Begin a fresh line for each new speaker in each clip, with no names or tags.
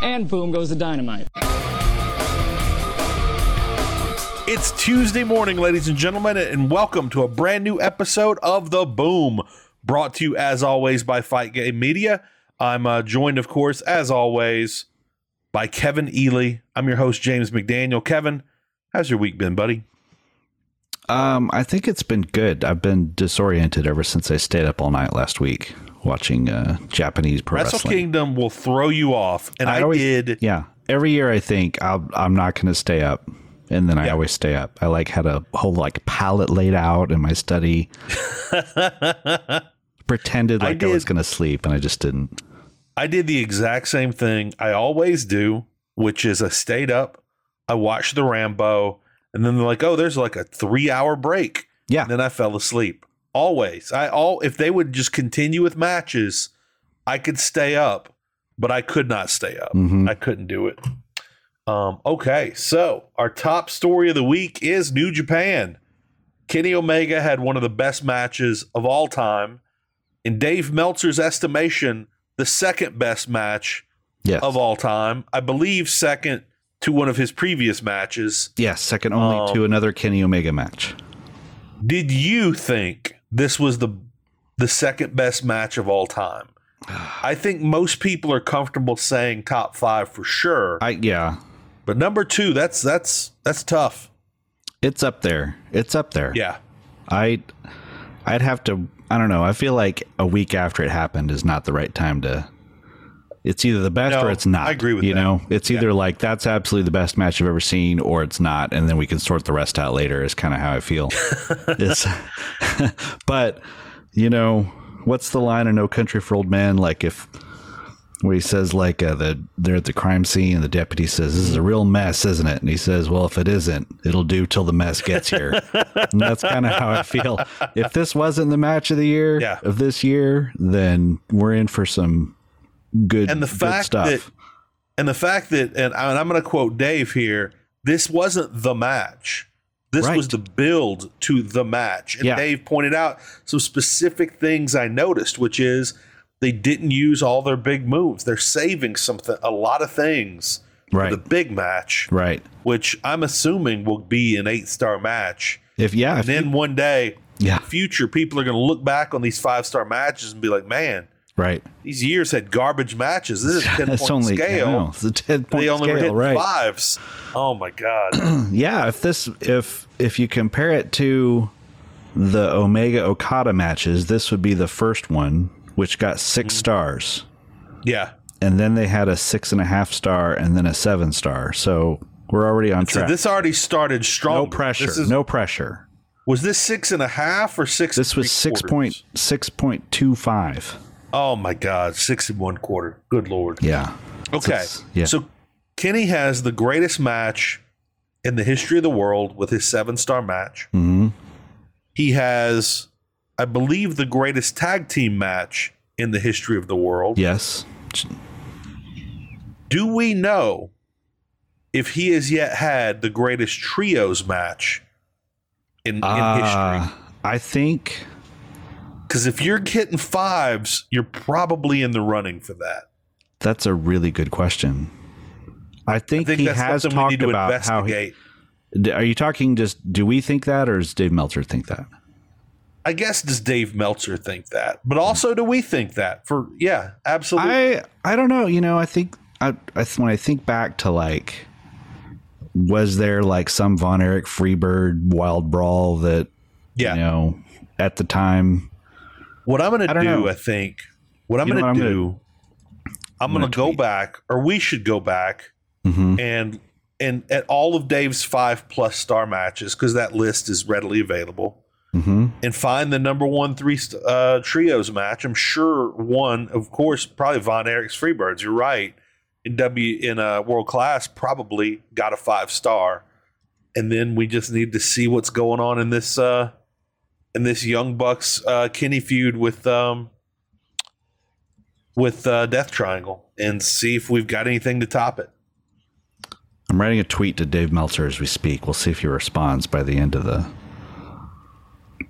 and boom goes the dynamite.
It's Tuesday morning, ladies and gentlemen, and welcome to a brand new episode of The Boom, brought to you as always by Fight Game Media. I'm uh, joined, of course, as always, by Kevin Ely. I'm your host, James McDaniel. Kevin, how's your week been, buddy?
Um, I think it's been good. I've been disoriented ever since I stayed up all night last week watching uh, Japanese pro
Wrestle
wrestling.
Kingdom will throw you off, and I,
always-
did.
Yeah, every year I think I'll, I'm not going to stay up, and then I
Yeah.
always stay up. I like had a whole like palette laid out in my study. Pretended
I
like I, was
did-
going to sleep, and I just didn't.
I did the exact same thing I always do, which is I stayed up, I watched the Rambo, and then they're like, "Oh, there's like a three-hour break."
Yeah.
And then I fell asleep. Always, I all if they would just continue with matches, I could stay up, but I could not stay up.
Mhm.
I couldn't do it. Um, okay, so our top story of the week is New Japan. Kenny Omega had one of the best matches of all time. In Dave Meltzer's estimation, the second best match
Yes.
of all time. I believe second to one of his previous matches.
Yes, second only
Um,
to another Kenny Omega match.
Did you think this was the the second best match of all time? I think most people are comfortable saying top five for sure.
I yeah,
But number two, that's that's that's tough.
it's up there. It's up there.
Yeah.
I I'd have to I don't know. I feel like a week after it happened is not the right time to it's either the best
No,
or it's not.
I agree with
you
that.
know. It's either like that's absolutely the best match I've ever seen or it's not and then we can sort the rest out later is kind of how I feel. It's- but you know, what's the line in No Country for Old Men like if where he says like uh, the they're at the crime scene and the deputy says this is a real mess isn't it and he says well if it isn't it'll do till the mess gets here and that's kind of how i feel if this wasn't the match of the year
Yeah.
of this year then we're in for some good
And the
good
fact
stuff
that and the fact that and, I, and I'm going to quote Dave here, this wasn't the match. This
Right.
was the build to the match. And
Yeah.
Dave pointed out some specific things I noticed, which is they didn't use all their big moves. They're saving something a lot of things
Right.
for the big match,
right
which I'm assuming will be an eight-star match.
if yeah if,
And then one day,
Yeah.
future people are going to look back on these five star matches and be like, man,
right
these years had garbage matches. This is ten
that's
point
only I know,
scale.
it's a 10 point
They only were
scale,
hitting
right
fives. Oh my god!
yeah if this if if you compare it to the omega okada matches this would be the first one which got 6
Hmm.
stars
yeah.
and then they had a six and a half star and then a seven star so we're already on
So
track
this already started strong.
no pressure no pressure
Was this six and a half or six?
this
and
was
three
six
quarters?
point six point two five
Oh my god! Six and one quarter. Good lord.
yeah
Okay.
It's- yeah.
So Kenny has the greatest match in the history of the world with his seven star match.
Mm-hmm.
He has, I believe, the greatest tag team match in the history of the world.
yes
Do we know if he has yet had the greatest trios match in, in
Uh,
history?
i think
Because if you're getting fives, you're probably in the running for that.
that's a really good question i
I
think,
think
he
that's
has
something we
talked
need to
about how he
investigate.
D- Are you talking just do we think that or does Dave Meltzer think that?
I guess does Dave Meltzer think that? But also, do we think that? For yeah, absolutely.
Hmm. I I don't know, you know, I think I, I th- when I think back to like was there like some Von Erich Freebird wild brawl that
yeah.
you know at the time
what I'm going to
I don't
do,
know.
I think, what I'm
You know
going to
what I'm gonna-
do, I'm
gonna
going to go
tweet.
back, or we should go back
Mhm.
and and at all of Dave's five plus star matches because that list is readily available,
Mhm.
and find the number one three st- uh, trios match. I'm sure one, of course, probably Von Erich's Freebirds. You're right. In W in uh, world class, probably got a five star, and then we just need to see what's going on in this uh, in this Young Bucks uh, Kenny feud with um, with uh, Death Triangle, and see if we've got anything to top it.
I'm writing a tweet to Dave Meltzer as we speak. We'll see if he responds by the end of the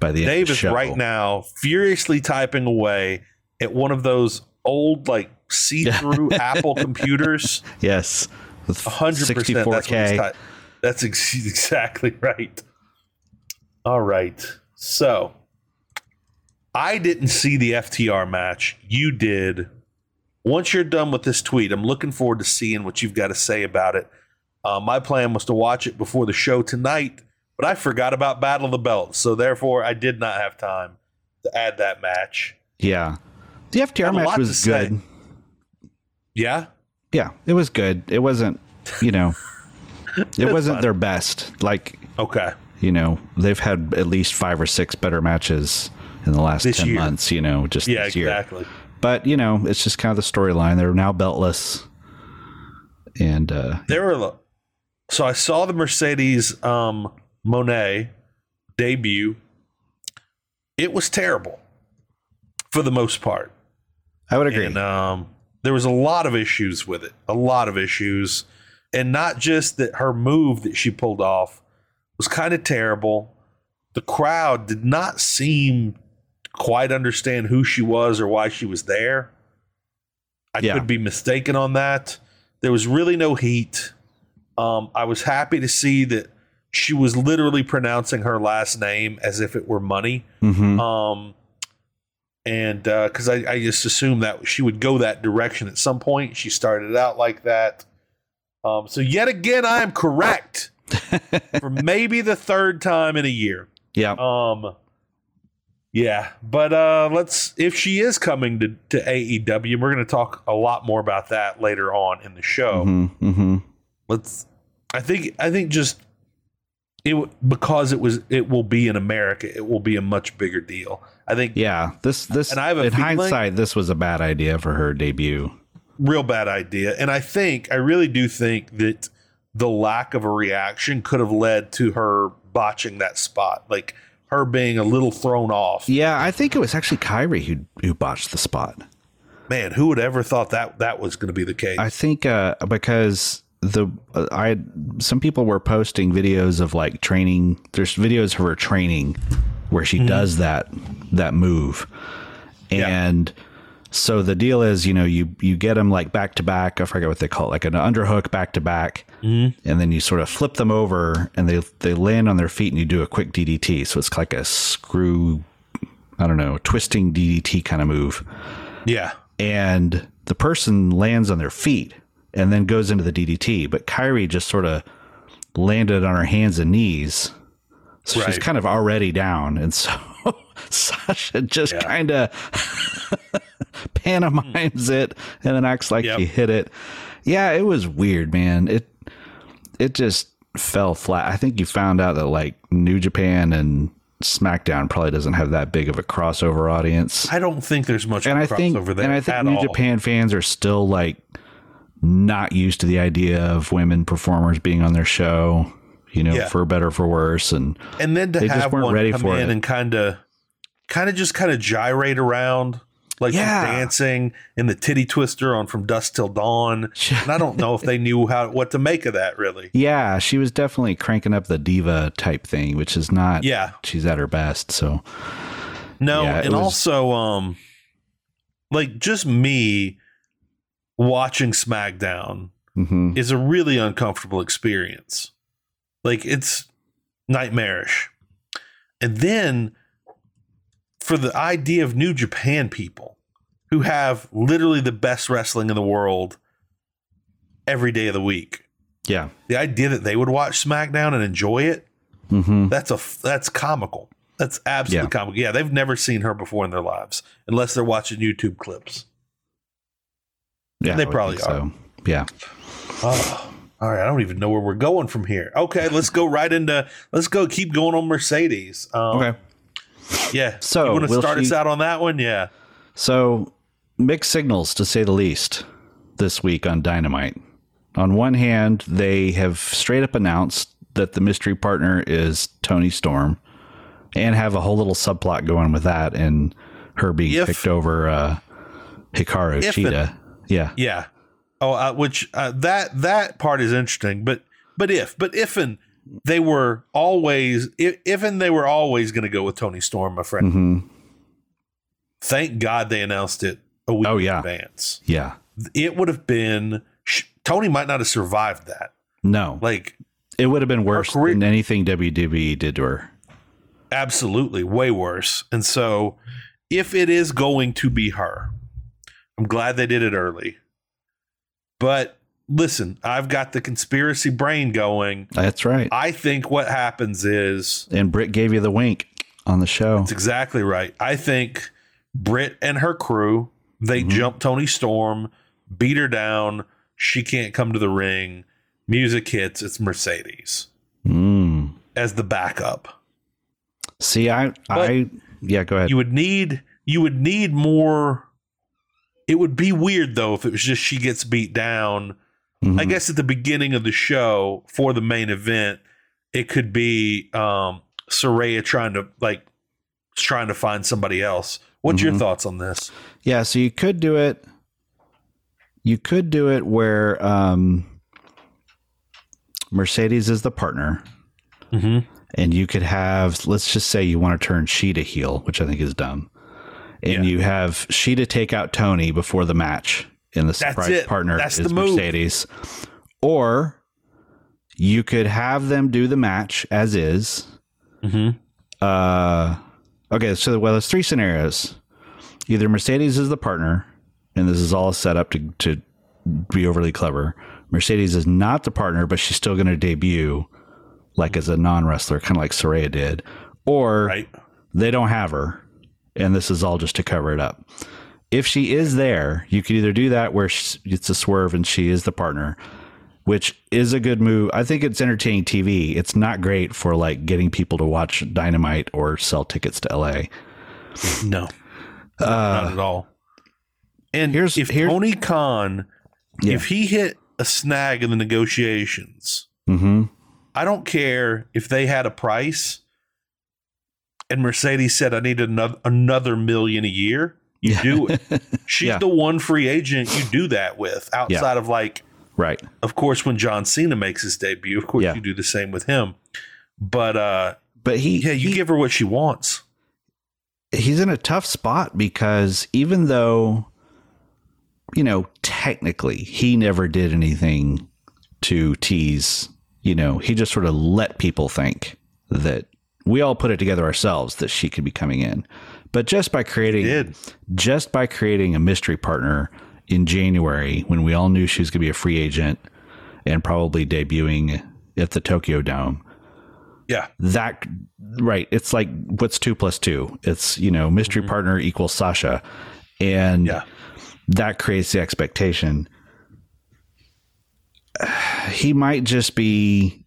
by the end of
Dave
the
is
show.
right now furiously typing away at one of those old like see through Apple computers.
Yes. With
100%. That's, what it's
64K.
ti- that's ex- exactly right. All right. So I didn't see the FTR match. You did. Once you're done with this tweet, I'm looking forward to seeing what you've got to say about it. Uh, my plan was to watch it before the show tonight, but I forgot about Battle of the Belts. So therefore, I did not have time to add that match.
Yeah. The FTR
Had a lot
match
to
was
say.
good.
Yeah.
Yeah, it was good. It wasn't, you know, it wasn't
fine.
their best. Like,
Okay.
you know, they've had at least five or six better matches in the last
This
10
year.
months, you know, just
Yeah,
this year.
exactly.
But, you know, it's just kind of the storyline. They're now beltless. And uh,
There were lo- so I saw the Mercedes um, Monet debut. It was terrible for the most part,
I would agree.
and um, there was a lot of issues with it. A lot of issues, and not just that her move that she pulled off was kind of terrible. The crowd did not seem quite understand who she was or why she was there. I
Yeah.
could be mistaken on that. There was really no heat. Um, I was happy to see that she was literally pronouncing her last name as if it were money.
Mhm.
Um, and because I, I just assumed that she would go that direction at some point. She started out like that. Um, so, yet again, I am correct for maybe the third time in a year.
yeah.
Um, yeah, but uh, let's if she is coming to, to AEW, we're going to talk a lot more about that later on in the show.
Mm-hmm. hmm
Let's. I think. I think just it w- because it was. It will be in America. It will be a much bigger deal. I think.
Yeah. This, this,
And I have a
in
feeling-
hindsight, this was a bad idea for her debut.
Real bad idea. And I think. I really do think that the lack of a reaction could have led to her botching that spot. Like her being a little thrown off.
Yeah. I think it was actually Kyrie who, who botched the spot.
Man, who would ever thought that that was going to be the case?
I think uh, because the uh, I some people were posting videos of like training. There's videos of her training where she does that that move,
Yeah.
and so the deal is you know you you get them like back to back. I forget what they call it, like an underhook back to back, and then you sort of flip them over and they they land on their feet and you do a quick DDT. So it's like a screw. I don't know, twisting DDT kind of move
yeah.
and the person lands on their feet and then goes into the DDT. But Kyrie just sort of landed on her hands and knees. So she's
Right.
kind of already down. And so Sasha just kind of pantomimes it and then acts like
Yep.
she hit it. Yeah, it was weird, man. It it just fell flat. I think you found out that like New Japan and SmackDown probably doesn't have that big of a crossover audience
I don't think there's much
and I think
crossover there
and I think
at
New
all.
Japan fans are still like not used to the idea of women performers being on their show, you know,
Yeah.
for better or for worse, and
and then to
They just
have
weren't
one
ready
come
for
in
it.
and kind of kind of just kind of gyrate around like she's
Yeah.
dancing in the titty twister on from dusk till dawn and i don't know if they knew how what to make of that really
yeah, she was definitely cranking up the diva type thing, which is not
yeah
she's at her best. So
no
Yeah, it
and
was-
also um like just me watching smackdown
mhm.
is a really uncomfortable experience. Like it's nightmarish. And then for the idea of New Japan people who have literally the best wrestling in the world every day of the week.
yeah,
The idea that they would watch SmackDown and enjoy it,
hmm
that's a that's comical. That's absolutely
Yeah.
comical. Yeah, they've never seen her before in their lives unless they're watching YouTube clips.
yeah,
They
I would
probably
think So. Yeah,
Oh, all right. I don't even know where we're going from here. Okay, let's go right into. Let's go. Keep going on Mercedes. Um,
okay.
Yeah.
So,
you want to
will
start
she-
us out on that one? Yeah.
So mixed signals, to say the least, this week on Dynamite. On one hand, they have straight up announced that the mystery partner is Tony Storm, and have a whole little subplot going with that, and her being
If-
picked over uh, Hikaru
If
Cheetah. yeah,
Yeah. Oh, uh, which uh, that that part is interesting. But but if but if and they were always if, if and they
Hmm. Mm-hmm.
were always going to go with Tony Storm, my friend.
Mhm.
Thank God they announced it a week
Oh,
in
yeah.
advance.
Yeah.
It would have been sh- Tony might not have survived that.
No.
Like
it would have been worse
career-
than anything WWE did to her.
absolutely way worse. And so if it is going to be her, I'm glad they did it early. But listen, I've got the conspiracy brain going.
That's right.
I think what happens is
and Britt gave you the wink on the show.
That's exactly right. I think Britt and her crew, they
Mhm.
jump Tony Storm, beat her down. She can't come to the ring. Music hits. It's Mercedes
Mm.
as the backup.
See, I, I, yeah, go ahead.
You would need you would need more. It would be weird though if it was just she gets beat down.
Mhm.
I guess at the beginning of the show for the main event, it could be um Soraya trying to like trying to find somebody else. What's your
Mhm.
thoughts on this?
Yeah, so you could do it. You could do it where um, Mercedes is the partner,
Mm-hmm.
and you could have, let's just say you want to turn Sheeta heel, which I think is dumb. And
Yeah.
you have Sheeta take out Tony before the match, and the surprise
it.
partner
That's
is
the move.
Mercedes. Or you could have them do the match as is,
Mm-hmm.
uh okay so well there's three scenarios either mercedes is the partner and this is all set up to to be overly clever mercedes is not the partner but she's still going to debut like as a non-wrestler kind of like soraya did or
Right.
they don't have her and this is all just to cover it up if she is there you could either do that where sh it's a swerve and she is the partner which is a good move i think it's entertaining tv it's not great for like getting people to watch dynamite or sell tickets to la
No, not at all. And
Uh, here's-
if
here-
Tony Khan,
Yeah.
if he hit a snag in the negotiations,
mm-hmm.
I don't care if they had a price. And Mercedes said, "I need another another million a year." You do it. She's
Yeah.
the one free agent you do that with outside of like
right
of course when John Cena makes his debut, of course
Yeah.
you do the same with him. But uh
but he
yeah, you
he-
give her what she wants.
he's in a tough spot because even though you know technically he never did anything to tease you know he just sort of let people think that we all put it together ourselves that she could be coming in but just by creating
Did.
just by creating a mystery partner in January when we all knew she was going to be a free agent and probably debuting at the Tokyo Dome
Yeah.
that right it's like what's two plus two it's you know mystery partner equals sasha and
Yeah.
that creates the expectation he might just be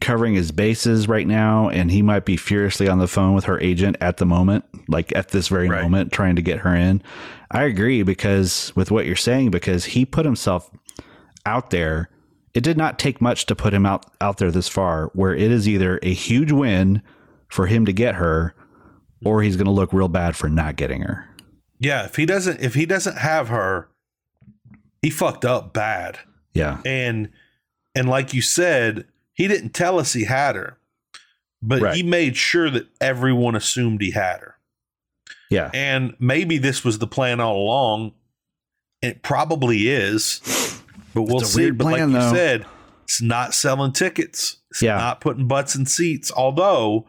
covering his bases right now and he might be furiously on the phone with her agent at the moment like at this very
Right.
moment trying to get her in i agree because with what you're saying because he put himself out there it did not take much to put him out out there this far where it is either a huge win for him to get her or he's going to look real bad for not getting her
Yeah, if he doesn't if he doesn't have her, he fucked up bad.
yeah
And and like you said, he didn't tell us he had her. But
Right.
he made sure that everyone assumed he had her.
yeah
And maybe this was the plan all along. It probably is. But we'll
a
see.
weird
but
plan,
like
though.
you said, it's not selling tickets. It's
Yeah.
not putting butts in seats. Although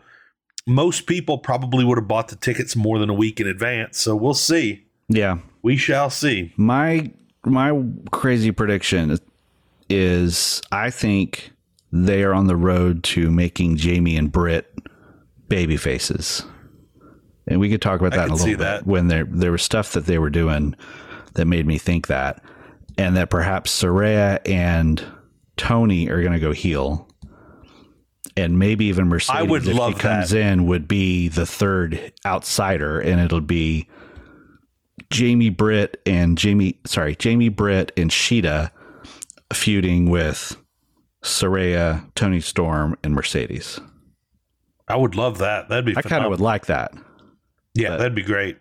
most people probably would have bought the tickets more than a week in advance. So we'll see.
yeah
We shall see.
My my crazy prediction is I think they are on the road to making Jamie and Britt baby faces. And we could talk about that in a
could
little
see
bit
that.
when there there was stuff that they were doing that made me think that and that perhaps Soraya and Tony are going to go heel. And maybe even Mercedes
would
if
love
she comes in would be the third outsider and it'll be Jamie Britt and Jamie sorry, Jamie Britt and Sheeta feuding with Soraya, Tony Storm, and Mercedes.
I would love that. That'd be
I kind of
phenomenal.
would like that.
Yeah, that'd be great.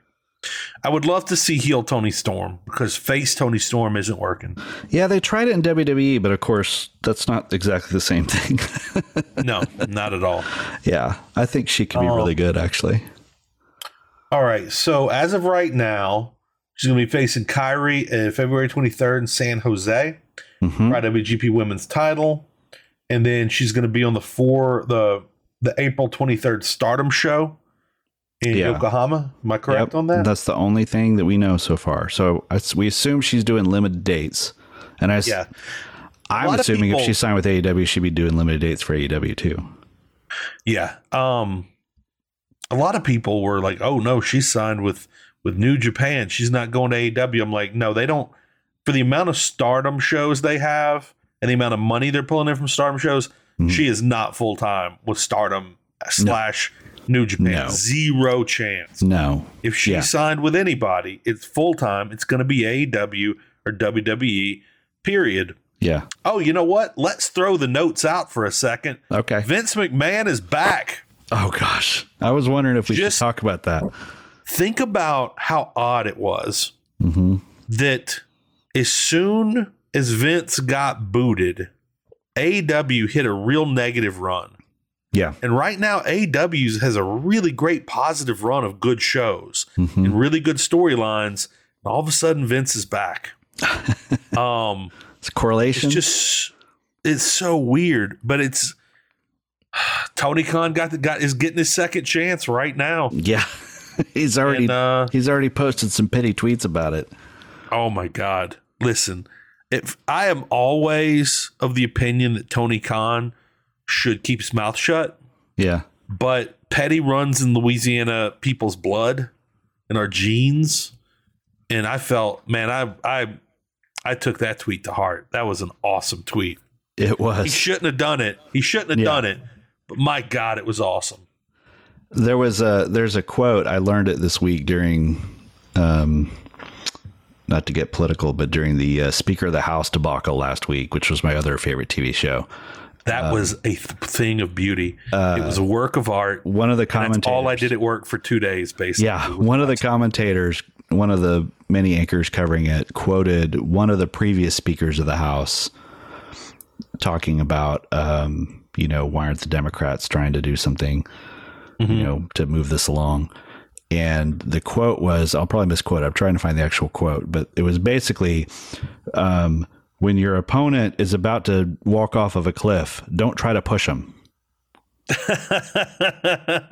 I would love to see heel Tony Storm because face Tony Storm isn't working.
Yeah, they tried it in WWE, but of course that's not exactly the same thing.
No, not at all.
yeah. I
Oh.
think she could be really good actually.
All right. So as of right now, She's going to be facing Kyrie uh, February 23rd in San Jose
Mhm.
for IWGP Women's title, and then she's going to be on the four the the April 23rd Stardom show in
Yeah.
Yokohama. Am I correct
Yep.
on that?
That's the only thing that we know so far. So I s we assume she's doing limited dates, and I, s-
yeah,
I'm
lot of
assuming
people-
if she signed with AEW, she'd be doing limited dates for AEW too.
yeah. Um, a lot of people were like, "Oh no, she signed with with New Japan. She's not going to AEW." I'm like, "No, they don't." For the amount of Stardom shows they have and the amount of money they're pulling in from Stardom shows,
Mhm.
she is not full time with Stardom slash New Japan.
No.
Zero chance.
No,
If she
Yeah.
signed with anybody, it's full time. It's going to be AEW or WWE, period.
yeah,
Oh, you know what? Let's throw the notes out for a second.
okay.
Vince McMahon is back.
Oh gosh, I was wondering if we
Just-
should talk about that.
Think about how odd it was
hmm
that as soon as Vince got booted, AEW hit a real negative run.
Yeah,
And right now, AEW has a really great positive run of good shows
Mhm.
and really good storylines. And all of a sudden, Vince is back. um,
it's correlation.
it's just it's so weird, but it's Tony Khan got the got is getting his second chance right now.
yeah, he's already
And uh,
he's already posted some pity tweets about it.
Oh my God. Listen, if I am always of the opinion that Tony Khan should keep his mouth shut,
Yeah,
but petty runs in Louisiana people's blood and our genes. And I felt, man, I I I took that tweet to heart. That was an awesome tweet.
it
He
was.
shouldn't have done it. He shouldn't have
Yeah.
done it. But my God, it was awesome.
There was a there's a quote I learned it this week during, um, not to get political, but during the uh, Speaker of the House debacle last week, which was my other favorite TV show.
That
Uh,
was a th- thing of beauty. it was a work of art.
One of the
That's
commentators,
all I did at work for two days, basically.
yeah, one of the commentators, one of the many anchors covering it, quoted one of the previous speakers of the House talking about, um, you know, why aren't the Democrats trying to do something, you know, to move this along? And the quote was, I'll probably misquote. it. I'm trying to find the actual quote, but it was basically, um, when your opponent is about to walk off of a cliff, don't try to push them.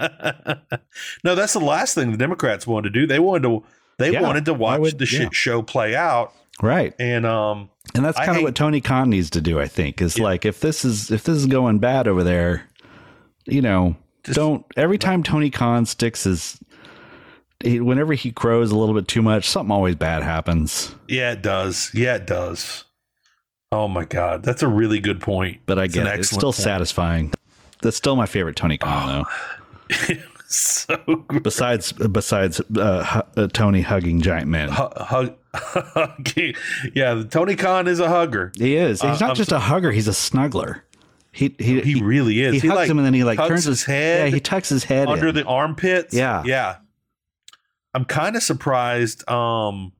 no, that's the last thing the Democrats wanted to do. They wanted to they
Yeah,
wanted to
why
watch
would-
the shit
yeah.
show play out.
Right.
And um
And that's
I
kind of
hate-
what Tony Khan needs to do, I think, is like if this is if this is going bad over there, you know, don't every time Tony Khan sticks his he, whenever he crows a little bit too much, something always bad happens.
yeah, it does. Yeah, it does. Oh my god, that's a really good point.
But I
It's
get
an
it. It's
excellent
still
point. Oh,
satisfying. That's still my favorite Tony Khan though.
so good.
Besides besides uh, hu- uh, Tony hugging giant men.
Hug, yeah, Tony Khan is a hugger.
He is. He's
uh,
not
I'm
just a hugger, he's a snuggler. He he
He really is.
he hugs
like,
him and then he like
tucks
turns
his head
Yeah, he tucks his head
under
in.
the armpits.
Yeah.
Yeah. I'm kind of surprised. Um,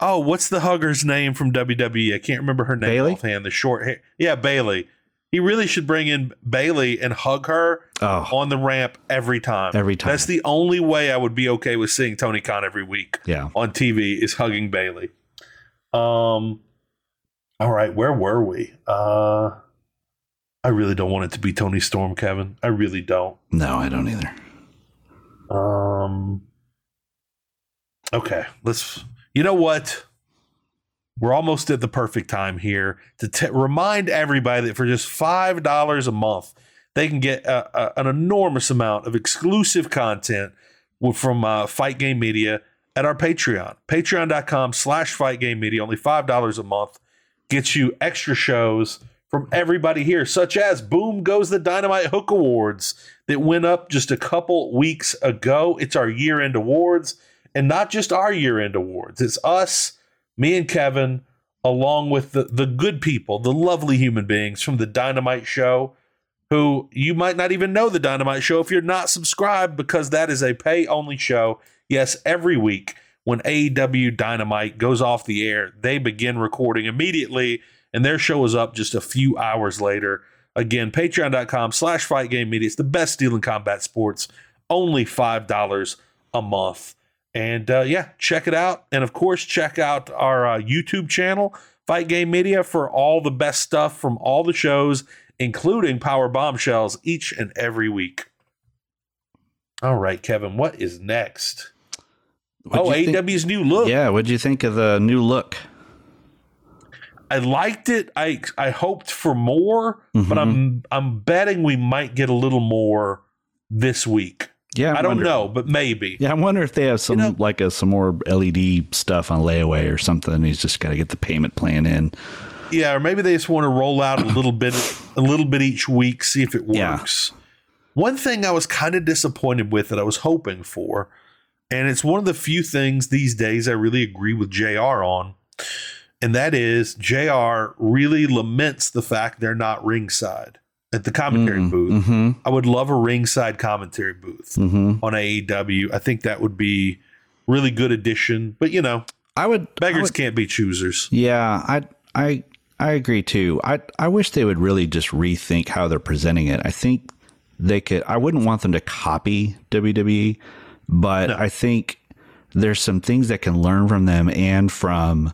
oh, what's the hugger's name from WWE? I can't remember her name
Bayley?
offhand. The short hair. Yeah, Bailey. He really should bring in Bailey and hug her
oh,
on the ramp every time.
Every time.
That's the only way I would be okay with seeing Tony Khan every week
yeah.
on TV is hugging Bailey. Um all right, where were we? Uh I really don't want it to be Tony Storm, Kevin. I really don't.
No, I don't either.
Um. Okay, let's. You know what? We're almost at the perfect time here to t- remind everybody that for just five dollars a month, they can get a, a- an enormous amount of exclusive content with- from uh, Fight Game Media at our Patreon. Patreon.com/slash Fight Game Media. Only five dollars a month gets you extra shows from everybody here, such as Boom Goes the Dynamite Hook Awards that went up just a couple weeks ago. It's our year end awards, and not just our year end awards. It's us, me and Kevin, along with the, the good people, the lovely human beings from the Dynamite Show, who you might not even know the Dynamite Show if you're not subscribed, because that is a pay only show. Yes, every week when AEW Dynamite goes off the air, they begin recording immediately, and their show is up just a few hours later. Again, patreon.com slash fight game media. It's the best deal in combat sports, only $5 a month. And uh, yeah, check it out. And of course, check out our uh, YouTube channel, Fight Game Media, for all the best stuff from all the shows, including Power Bombshells, each and every week. All right, Kevin, what is next?
What'd
oh,
you think-
AW's new look.
Yeah, what'd you think of the new look?
I liked it. I I hoped for more, but
Mhm.
I'm I'm betting we might get a little more this week.
Yeah,
I, don't
wonder-
know, but maybe.
Yeah, I wonder if they have some
know-
like a some more LED stuff on layaway or something. He's just got to get the payment plan in.
Yeah, or maybe they just want to roll out a little bit, a little bit each week, see if it
Yeah.
works. One thing I was kind of disappointed with that I was hoping for, and it's one of the few things these days I really agree with JR on, and that is JR really laments the fact they're not ringside at the commentary booth.
Mm-hmm.
I would love a ringside commentary booth
Mm-hmm.
on AEW. I think that would be really good addition, but you know,
I would I
beggars
would-
can't be choosers.
Yeah, I I I agree too. I I wish they would really just rethink how they're presenting it. I think they could I wouldn't want them to copy WWE, but I think there's some things that can learn from them and from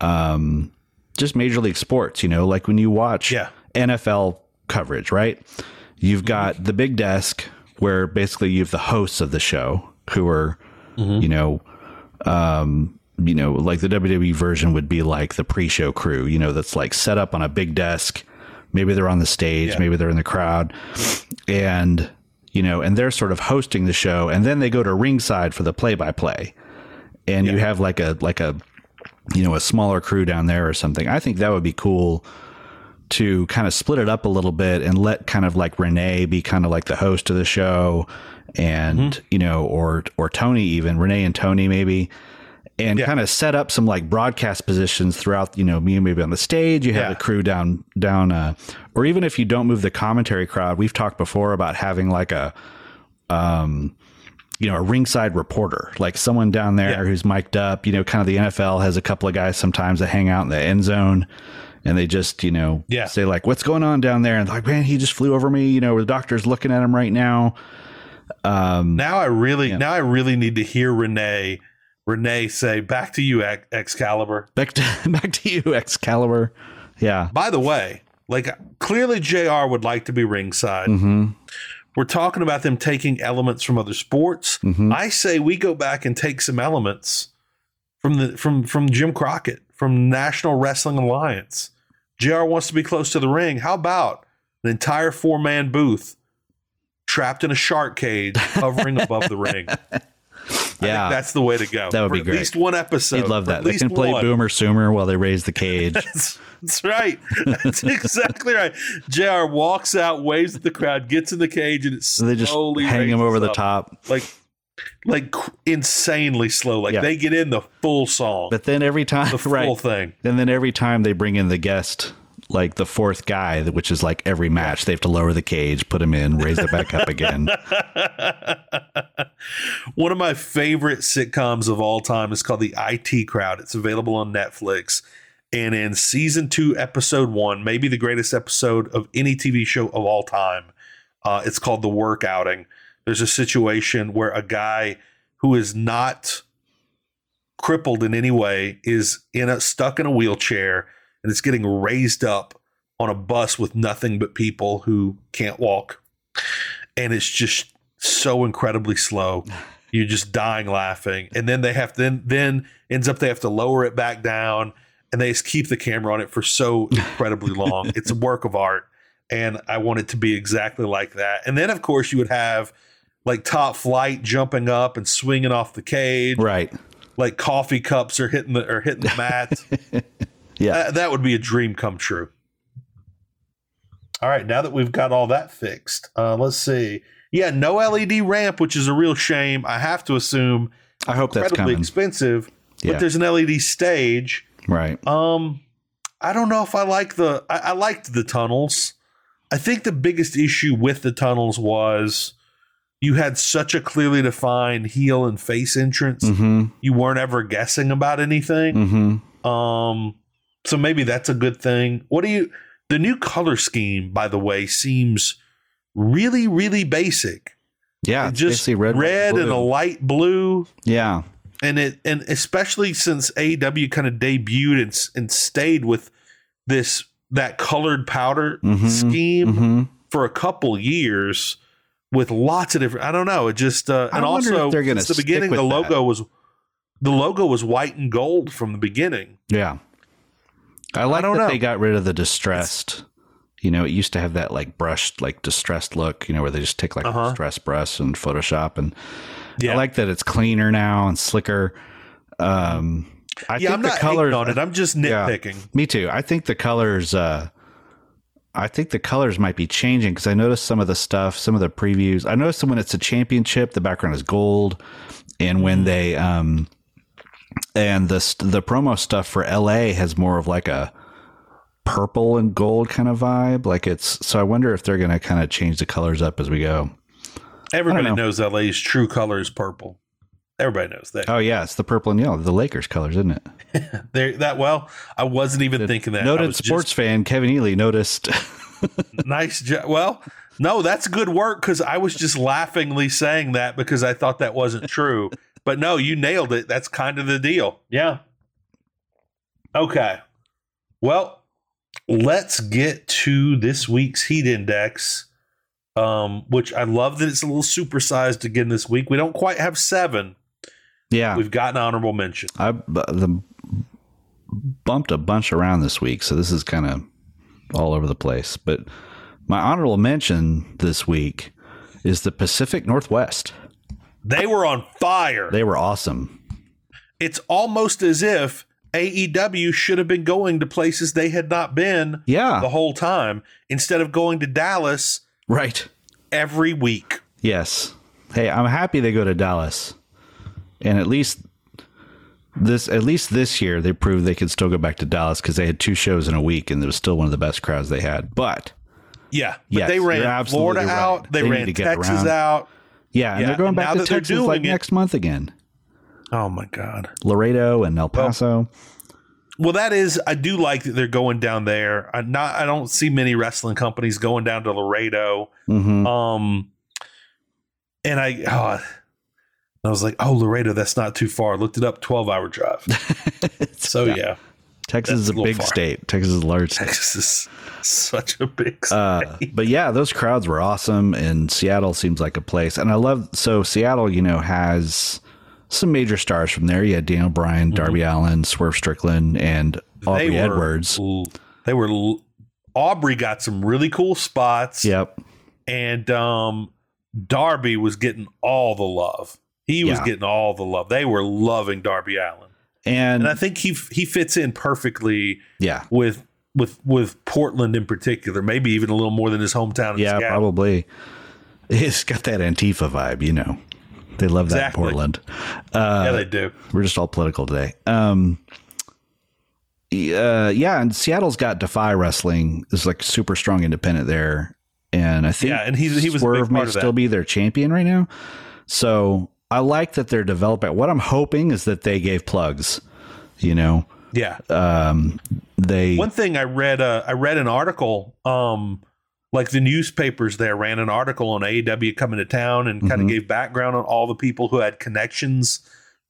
um just major league sports, you know, like when you watch
Yeah.
NFL coverage, right? You've got the big desk where basically you have the hosts of the show who are, you know, um, you know, like the WWE version would be like the pre-show crew, you know, that's like set up on a big desk. Maybe they're on the stage, maybe they're in the crowd, and you know, and they're sort of hosting the show, and then they go to ringside for the play-by-play, and you have like a like a you know a smaller crew down there or something. I think that would be cool to kind of split it up a little bit and let kind of like Renee be kind of like the host of the show and you know or or Tony even Renee and Tony maybe and kind of set up some like broadcast positions throughout you know me maybe on the stage you have
Yeah.
the crew down down uh or even if you don't move the commentary crowd we've talked before about having like a um, you know, a ringside reporter, like someone down there who's mic'd up, you know, kind of the NFL has a couple of guys sometimes that hang out in the end zone and they just, you know,
Yeah.
say like, what's going on down there? And like, man, he just flew over me, you know, the doctor's looking at him right now.
Now I really, now I really need to hear Renee, Renee say, "Back to you, Ex- Excalibur."
Back to, back to you, Excalibur. Yeah.
By the way, like clearly Jr. would like to be ringside.
Mm-hmm.
We're talking about them taking elements from other sports.
Mm-hmm.
I say we go back and take some elements from the from from Jim Crockett from National Wrestling Alliance. Jr. wants to be close to the ring. How about an entire four man booth? Trapped in a shark cage, hovering above the ring.
Yeah.
That's the way to go.
That would
For
be
At
great.
least one episode.
You'd love
For
that.
At
They
least
can play
one.
Boomer Soomer while they raise the cage.
That's, that's right. That's exactly right. Jr. walks out, waves at the crowd, gets in the cage, and it's
So they just
slowly
hang him
raises
over the
up.
top.
like like insanely slow. Like
Yeah.
they get in the full song,
But then every time,
the full
right,
thing.
And then every time they bring in the guest, like the fourth guy, which is like every match, they have to lower the cage, put him in, raise it back up again.
One of my favorite sitcoms of all time is called The IT Crowd. It's available on Netflix. And in season two, episode one, maybe the greatest episode of any TV show of all time, uh, it's called The Work Outing. There's a situation where a guy who is not crippled in any way is in a stuck in a wheelchair and it's getting raised up on a bus with nothing but people who can't walk and it's just so incredibly slow. You're just dying laughing, and then they have then then ends up they have to lower it back down, and they just keep the camera on it for so incredibly long. it's a work of art, and I want it to be exactly like that. And then of course you would have like top flight jumping up and swinging off the cage,
Right.
like coffee cups are hitting the or hitting the mat.
Yeah.
That, that would be a dream come true. All right, now that we've got all that fixed, uh, let's see. Yeah, no LED ramp, which is a real shame. I have to assume
I hope that's
incredibly
coming.
expensive,
Yeah.
but there's an LED stage.
right.
Um, I don't know if I like the. I, I liked the tunnels. I think the biggest issue with the tunnels was you had such a clearly defined heel and face entrance.
Mm
You weren't ever guessing about anything.
hmm. Mm hmm.
Um, so maybe that's a good thing. What do you? The new color scheme, by the way, seems really, really basic.
Yeah.
It
it's
just
basically
red,
white,
and a
blue.
light blue.
Yeah.
and it and especially since AEW kind of debuted and s- and stayed with this that colored powder
Mhm,
scheme
Mhm.
for a couple years with lots of different. I don't know. It just uh,
I
and
wonder if
also
they're gonna
since the
stick
beginning
with
the
that.
logo was the logo was white and gold from the beginning.
Yeah. I like
don't
that
know.
they got rid of the distressed. you know, it used to have that like brushed, like distressed look, you know, where they just take like
Uh-huh.
a distress brush and Photoshop. And
Yeah,
I like that it's cleaner now and slicker. Um, I
yeah.
think
I'm
the
not hating
colors
on it. I'm just
Yeah.
nitpicking.
me too. I think the colors. Uh, I think the colors might be changing because I noticed some of the stuff, some of the previews. I noticed that when it's a championship, the background is gold, and
Mm-hmm.
when they um, and the st- the promo stuff for LA has more of like a purple and gold kind of vibe. Like it's so. I wonder if they're going to kind of change the colors up as we go.
Everybody
know.
knows LA's true color is purple. Everybody knows that.
Oh yeah, it's the purple and yellow, the Lakers colors, isn't it?
There, that well, I wasn't even thinking that. I
Noted
was just-
sports fan Kevin Ely noticed.
nice job. Well, no, that's good work because I was just laughingly saying that because I thought that wasn't true. but no, you nailed it. That's kind of the deal. Yeah. Okay. Well, let's get to this week's heat index, um, which I love that it's a little supersized again this week. We don't quite have seven.
yeah,
We've got an honorable mention.
I bu- the bumped a bunch around this week, so this is kind of all over the place. But my honorable mention this week is the Pacific Northwest.
They were on fire.
They were awesome.
it's almost as if AEW should have been going to places they had not been the
Yeah,
whole time instead of going to Dallas
right.
every week.
Yes. Hey, I'm happy they go to Dallas, and at least this at least this year they proved they could still go back to Dallas because they had two shows in a week, and it was still one of the best crowds they had. But
Yeah, but
Yes,
they
you're
ran
absolutely
Florida
right.
out. They,
They need
ran
to get
Texas
around.
out.
yeah, and
Yeah,
they're going
and now
back to
that they're
Texas like
doing it-
next month again.
Oh my God.
Laredo and El Paso.
Well, that is. I do like that they're going down there. I not. I don't see many wrestling companies going down to Laredo.
hmm
Um, and I, oh, I was like, oh, Laredo, that's not too far. Looked it up. Twelve hour drive. So yeah,
Texas is
That's
a
a little
big
far.
state. Texas is a large state.
Texas is such a big.
Uh, but yeah, those crowds were awesome, and Seattle seems like a place. And I love so Seattle, you know, has some major stars from there. You had Daniel Bryan, Darby Allen, Swerve Strickland, and Aubrey
Mm-hmm. were,
Edwards.
They were. l- Aubrey got some really cool spots.
Yep,
and um, Darby was getting all the love. He was
Yeah.
getting all the love. They were loving Darby Allen,
and,
and I think he he fits in perfectly
yeah,
with with with Portland in particular. Maybe even a little more than his hometown. in
yeah,
Seattle.
probably. It's got that Antifa vibe, you know. They love that
Exactly.
in Portland.
yeah, they do.
We're just all political today. Um, y- uh, yeah, and Seattle's got Defy Wrestling is like super strong independent there, and I think
Yeah, and he's- he was a big
Swerve
part
might
of that.
still be their champion right now. So I like that they're developing. What I'm hoping is that they gave plugs. You know,
Yeah.
um, they
One thing I read, uh, I read an article. Um, like the newspapers there ran an article on AEW coming to town and kind of
Mhm.
gave background on all the people who had connections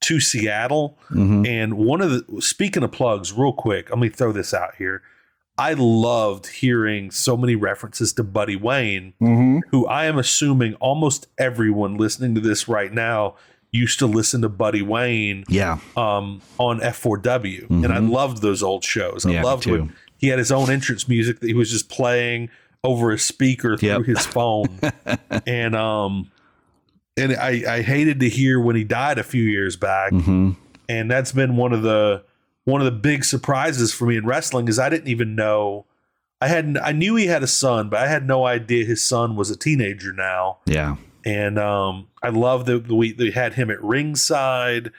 to Seattle.
Mhm.
And one of the speaking of plugs, real quick, let me throw this out here. I loved hearing so many references to Buddy Wayne, who I am assuming almost everyone listening to this right now used to listen to Buddy Wayne
yeah,
um, on F4W, and I loved those old shows. I
Mm-hmm. Yeah, me
loved
too.
when he had his own entrance music that he was just playing over a speaker through
Yep.
his phone, and um, and I, I hated to hear when he died a few years back,
hmm
and that's been one of the one of the big surprises for me in wrestling is I didn't even know. I hadn't. I knew he had a son, but I had no idea his son was a teenager now
yeah,
and um, I love that we they had him at ringside.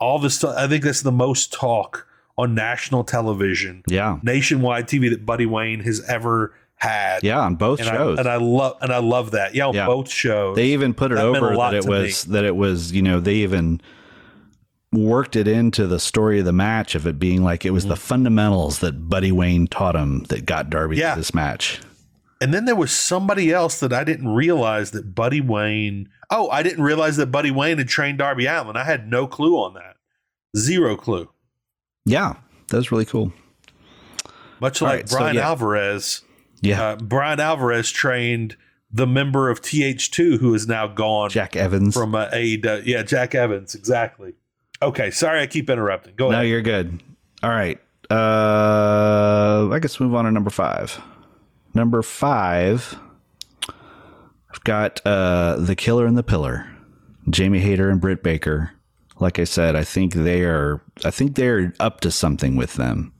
All this, stuff. I think that's the most talk on national television,
yeah,
nationwide TV that Buddy Wayne has ever had.
yeah, on both
and
shows.
I, and I love and I love that. Yeah, on
Yeah.
both shows.
They even put it
That meant a
over
lot
that it
to me.
was that it was you know they even worked it into the story of the match of it being like it was
Mm-hmm.
the fundamentals that Buddy Wayne taught him that got Darby
Yeah.
to this match.
and then there was somebody else that I didn't realize that Buddy Wayne. Oh, I didn't realize that Buddy Wayne had trained Darby Allen. I had no clue on that. Zero clue.
Yeah, that was really cool.
Much
All
like
right, so,
Brian
yeah.
Alvarez,
Yeah,
uh, Brian Alvarez trained the member of TH2 who is now gone
Jack Evans.
from uh, AEW. Yeah, Jack Evans, exactly. Okay, sorry I keep interrupting. Go
no,
ahead.
you're good. All right. Uh, I guess move on to number five. Number five, I've got uh, The Killer and the Pillar, Jamie Hayter and Britt Baker. Like I said, I think they are. I think they're up to something with them.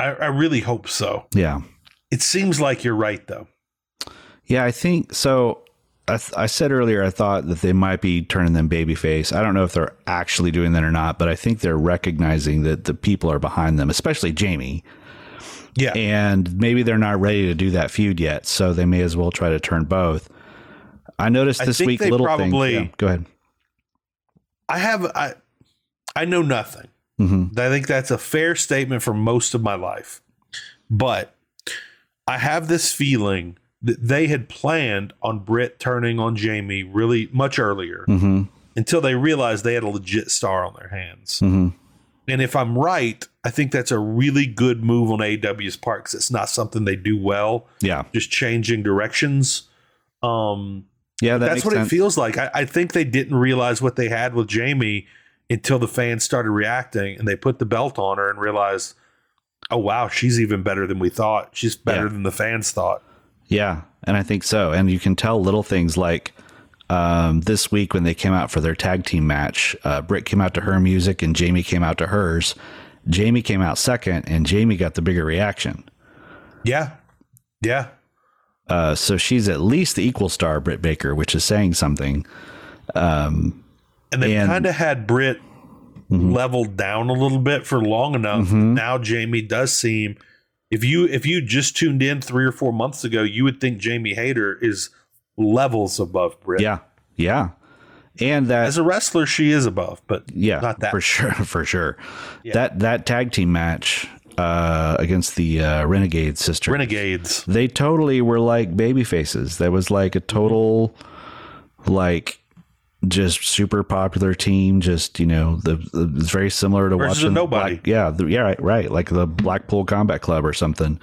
I, I really hope so.
Yeah.
It seems like you're right though.
Yeah, I think so. I, th- I said earlier I thought that they might be turning them babyface. I don't know if they're actually doing that or not, but I think they're recognizing that the people are behind them, especially Jamie,
Yeah,
and maybe they're not ready to do that feud yet, so they may as well try to turn both. I noticed
I
this
think
week
they
little
probably-
things. Yeah, go ahead.
I have. I I know nothing.
hmm
I think that's a fair statement for most of my life. But I have this feeling that they had planned on Britt turning on Jamie really much earlier
hmm
until they realized they had a legit star on their hands.
hmm
And if I'm right, I think that's a really good move on AEW's part because it's not something they do well,
Yeah,
just changing directions. Um,
yeah, that
that's
makes
what
sense.
it feels like. I, I think they didn't realize what they had with Jamie until the fans started reacting and they put the belt on her and realized, oh wow, she's even better than we thought. She's better
Yeah.
than the fans thought.
Yeah, and I think so. And you can tell little things like um, this week when they came out for their tag team match, uh, Britt came out to her music and Jamie came out to hers. Jamie came out second, and Jamie got the bigger reaction.
Yeah, yeah,
Uh, so she's at least the equal star, Britt Baker, which is saying something.
and they
And- Mm-hmm.
kind of had Britt leveled down a little bit for long enough. Now Jamie does seem. If you if you just tuned in three or four months ago, you would think Jamie Hayter is levels above Britt.
Yeah, yeah, and that
As a wrestler, she is above, but
yeah,
not that
for sure, for sure. That that tag team match uh, against the uh, Renegade sister,
renegades.
they totally were like baby faces. That was like a total, like, just super popular team. Just you know, the, the it's very similar to
Versus a
watching
nobody.
Black- yeah, the, yeah, right, right, like the Blackpool Combat Club or something.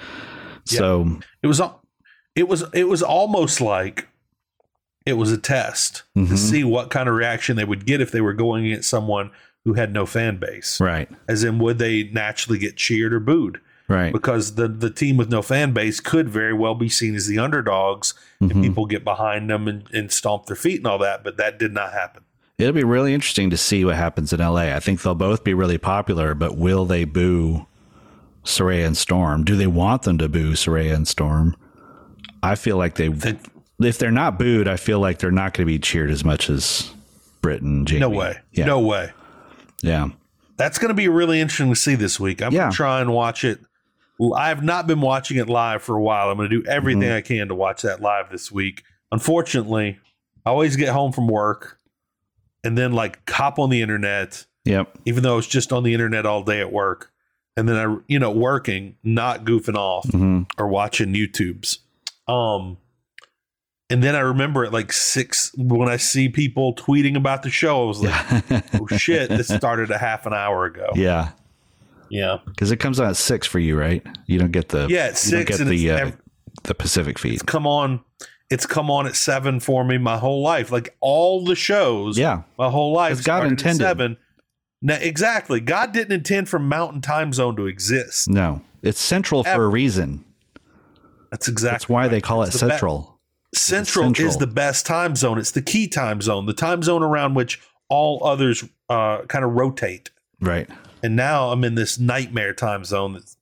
So
It was al- it was it was almost like it was a test
Mm-hmm.
to see what kind of reaction they would get if they were going at someone who had no fan base.
right,
As in would they naturally get cheered or booed?
right,
Because the the team with no fan base could very well be seen as the underdogs
Mm-hmm.
and people get behind them and, and stomp their feet and all that, but that did not happen.
it'll be really interesting to see what happens in L.A. I think they'll both be really popular, but will they boo Soraya and Storm? Do they want them to boo Soraya and Storm? I feel like they
That-
if they're not booed, I feel like they're not going to be cheered as much as Britain. Jamie.
no way.
Yeah.
No way.
Yeah.
That's going to be really interesting to see this week. I'm
Yeah.
going to try and watch it. I have not been watching it live for a while. I'm going to do everything
Mm-hmm.
I can to watch that live this week. Unfortunately, I always get home from work and then like hop on the internet,
Yep.
even though it's just on the internet all day at work. And then I, you know, working, not goofing off
hmm
or watching YouTubes. Um, and then I remember at like six when I see people tweeting about the show, I was like,
Yeah.
oh shit, this started a half an hour ago.
yeah.
yeah.
Because it comes out at six for you, right? You don't get the
Yeah, it's
you don't
six
get
and
the
it's
uh,
ev-
the Pacific feed.
come on. It's come on at seven for me my whole life. Like all the shows,
Yeah.
my whole life.
As God
started at
intended.
Seven. Now, exactly. God didn't intend for Mountain Time Zone to exist.
No, it's central for a
Ever.
reason.
That's exactly
That's why they call it
It's the be-
central.
Central,
Central.
is the best time zone. It's the key time zone, the time zone around which all others uh, kind of rotate.
right.
And now I'm in this nightmare time zone. That's,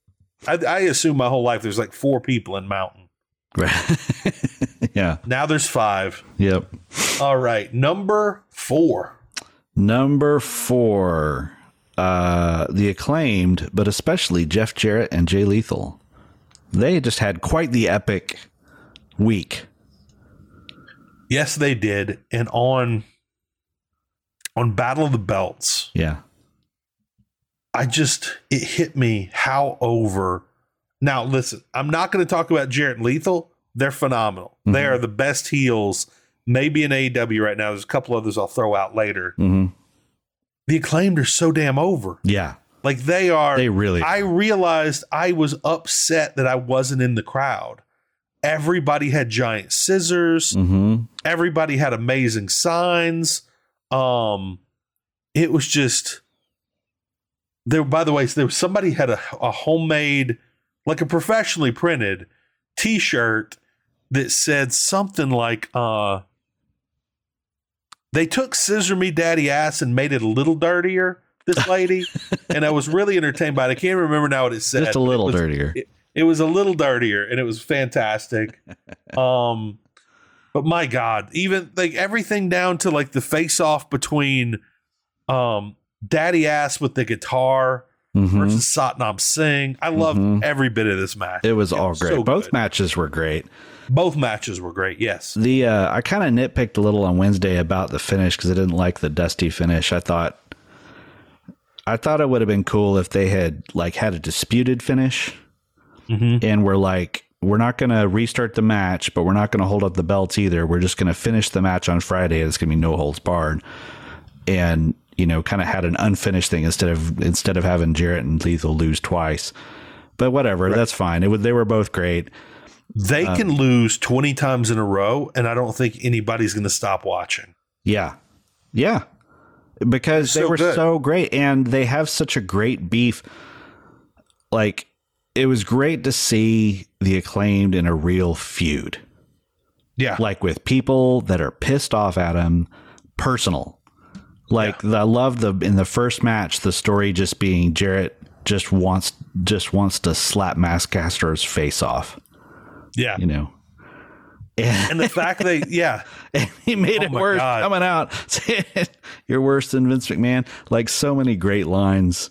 I, I assume my whole life there's like four people in Mountain.
Right. yeah.
Now there's five.
Yep.
All right, number four.
Number four, uh, the acclaimed, but especially Jeff Jarrett and Jay Lethal. They just had quite the epic week.
Yes, they did. And on on Battle of the Belts,
Yeah.
I just it hit me how over. Now, listen, I'm not going to talk about Jarrett and Lethal. They're phenomenal. They
Mm-hmm.
are the best E heels, maybe in AEW right now. There's a couple others I'll throw out later.
Mm-hmm.
the acclaimed are so damn over.
Yeah.
Like they are.
They really
I realized I was upset that I wasn't in the crowd. Everybody had giant scissors.
mm-hmm.
Everybody had amazing signs. Um, it was just there. By the way, there was somebody had a, a homemade, like a professionally printed T-shirt that said something like, "Uh, they took scissor me daddy ass and made it a little dirtier." This lady, and I was really entertained by it. I can't remember now what it said.
just a
but it
little
was-
dirtier.
it was a little dirtier and it was fantastic um but my god even like everything down to like the face off between um daddy ass with the guitar
Mhm.
versus satnam singh i loved
Mhm.
every bit of this match
It was
It
all
was
great.
so
Both
good.
matches were great.
both matches were great yes
The uh, I kind of nitpicked a little on Wednesday about the finish because I didn't like the dusty finish. I thought I thought it would have been cool if they had like had a disputed finish
Mhm.
and were like, we're not going to restart the match, but we're not going to hold up the belts either. We're just going to finish the match on Friday. It's going to be no holds barred, and you know, kind of had an unfinished thing instead of instead of having Jarrett and Lethal lose twice. But whatever, that's fine. It was, they were both great. Mm-hmm.
they
Uh,
can lose 20 times in a row and i don't think anybody's gonna stop watching
Yeah. Yeah. Because they
So
were
good.
so great and they have such a great beef. Like it was great to see the acclaimed in a real feud.
yeah
Like with people that are pissed off at him, personal. Like the, I love the in the first match the story just being Jarrett just wants just wants to slap Mascaster's face off,
yeah
you know.
and the fact they yeah
and he made
Oh
it
my
worse
God.
coming out saying you're worse than Vince McMahon. Like so many great lines.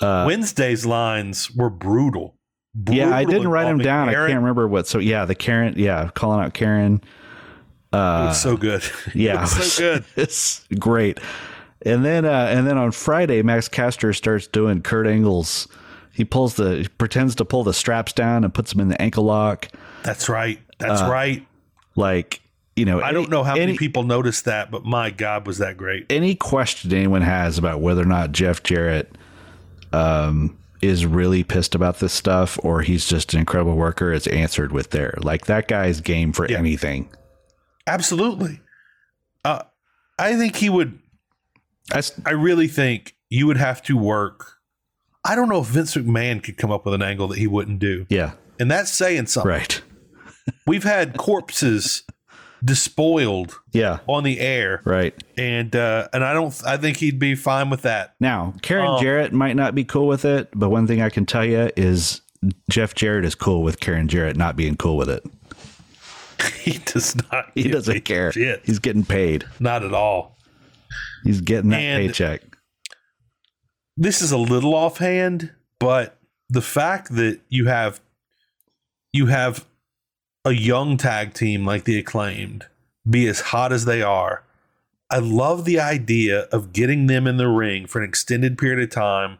wednesday's lines were brutal
Uh, yeah, I
Brutal
didn't write them
involving
down. I
Aaron.
can't remember what. So yeah, the Karen. Yeah, calling out Karen.
It was so good.
Uh, Yeah,
It was so good.
It's great. And then uh, and then on Friday, Max Caster starts doing Kurt Angle's. He pulls the he pretends to pull the straps down and puts them in the ankle lock.
That's right. That's
Uh,
right.
Like you know,
I don't know how many people noticed that, but my God, was that great.
any question anyone has about whether or not Jeff Jarrett um, is really pissed about this stuff or he's just an incredible worker is answered with there. Like that guy's game for
Yeah.
anything.
Absolutely. Uh, I think he would,
I, s-
I really think you would have to work. I don't know if Vince McMahon could come up with an angle that he wouldn't do.
yeah,
And that's saying something.
right.
We've had corpses despoiled
Yeah,
on the air.
right.
And, uh, and I don't, I think he'd be fine with that.
Now, Karen
Oh.
Jarrett might not be cool with it, but one thing I can tell you is Jeff Jarrett is cool with Karen Jarrett not being cool with it.
He does not,
He
give a
doesn't care.
shit.
He's getting paid.
Not at all.
He's getting that
And-
paycheck.
this is a little offhand, but the fact that you have you have a young tag team like the acclaimed be as hot as they are. I love the idea of getting them in the ring for an extended period of time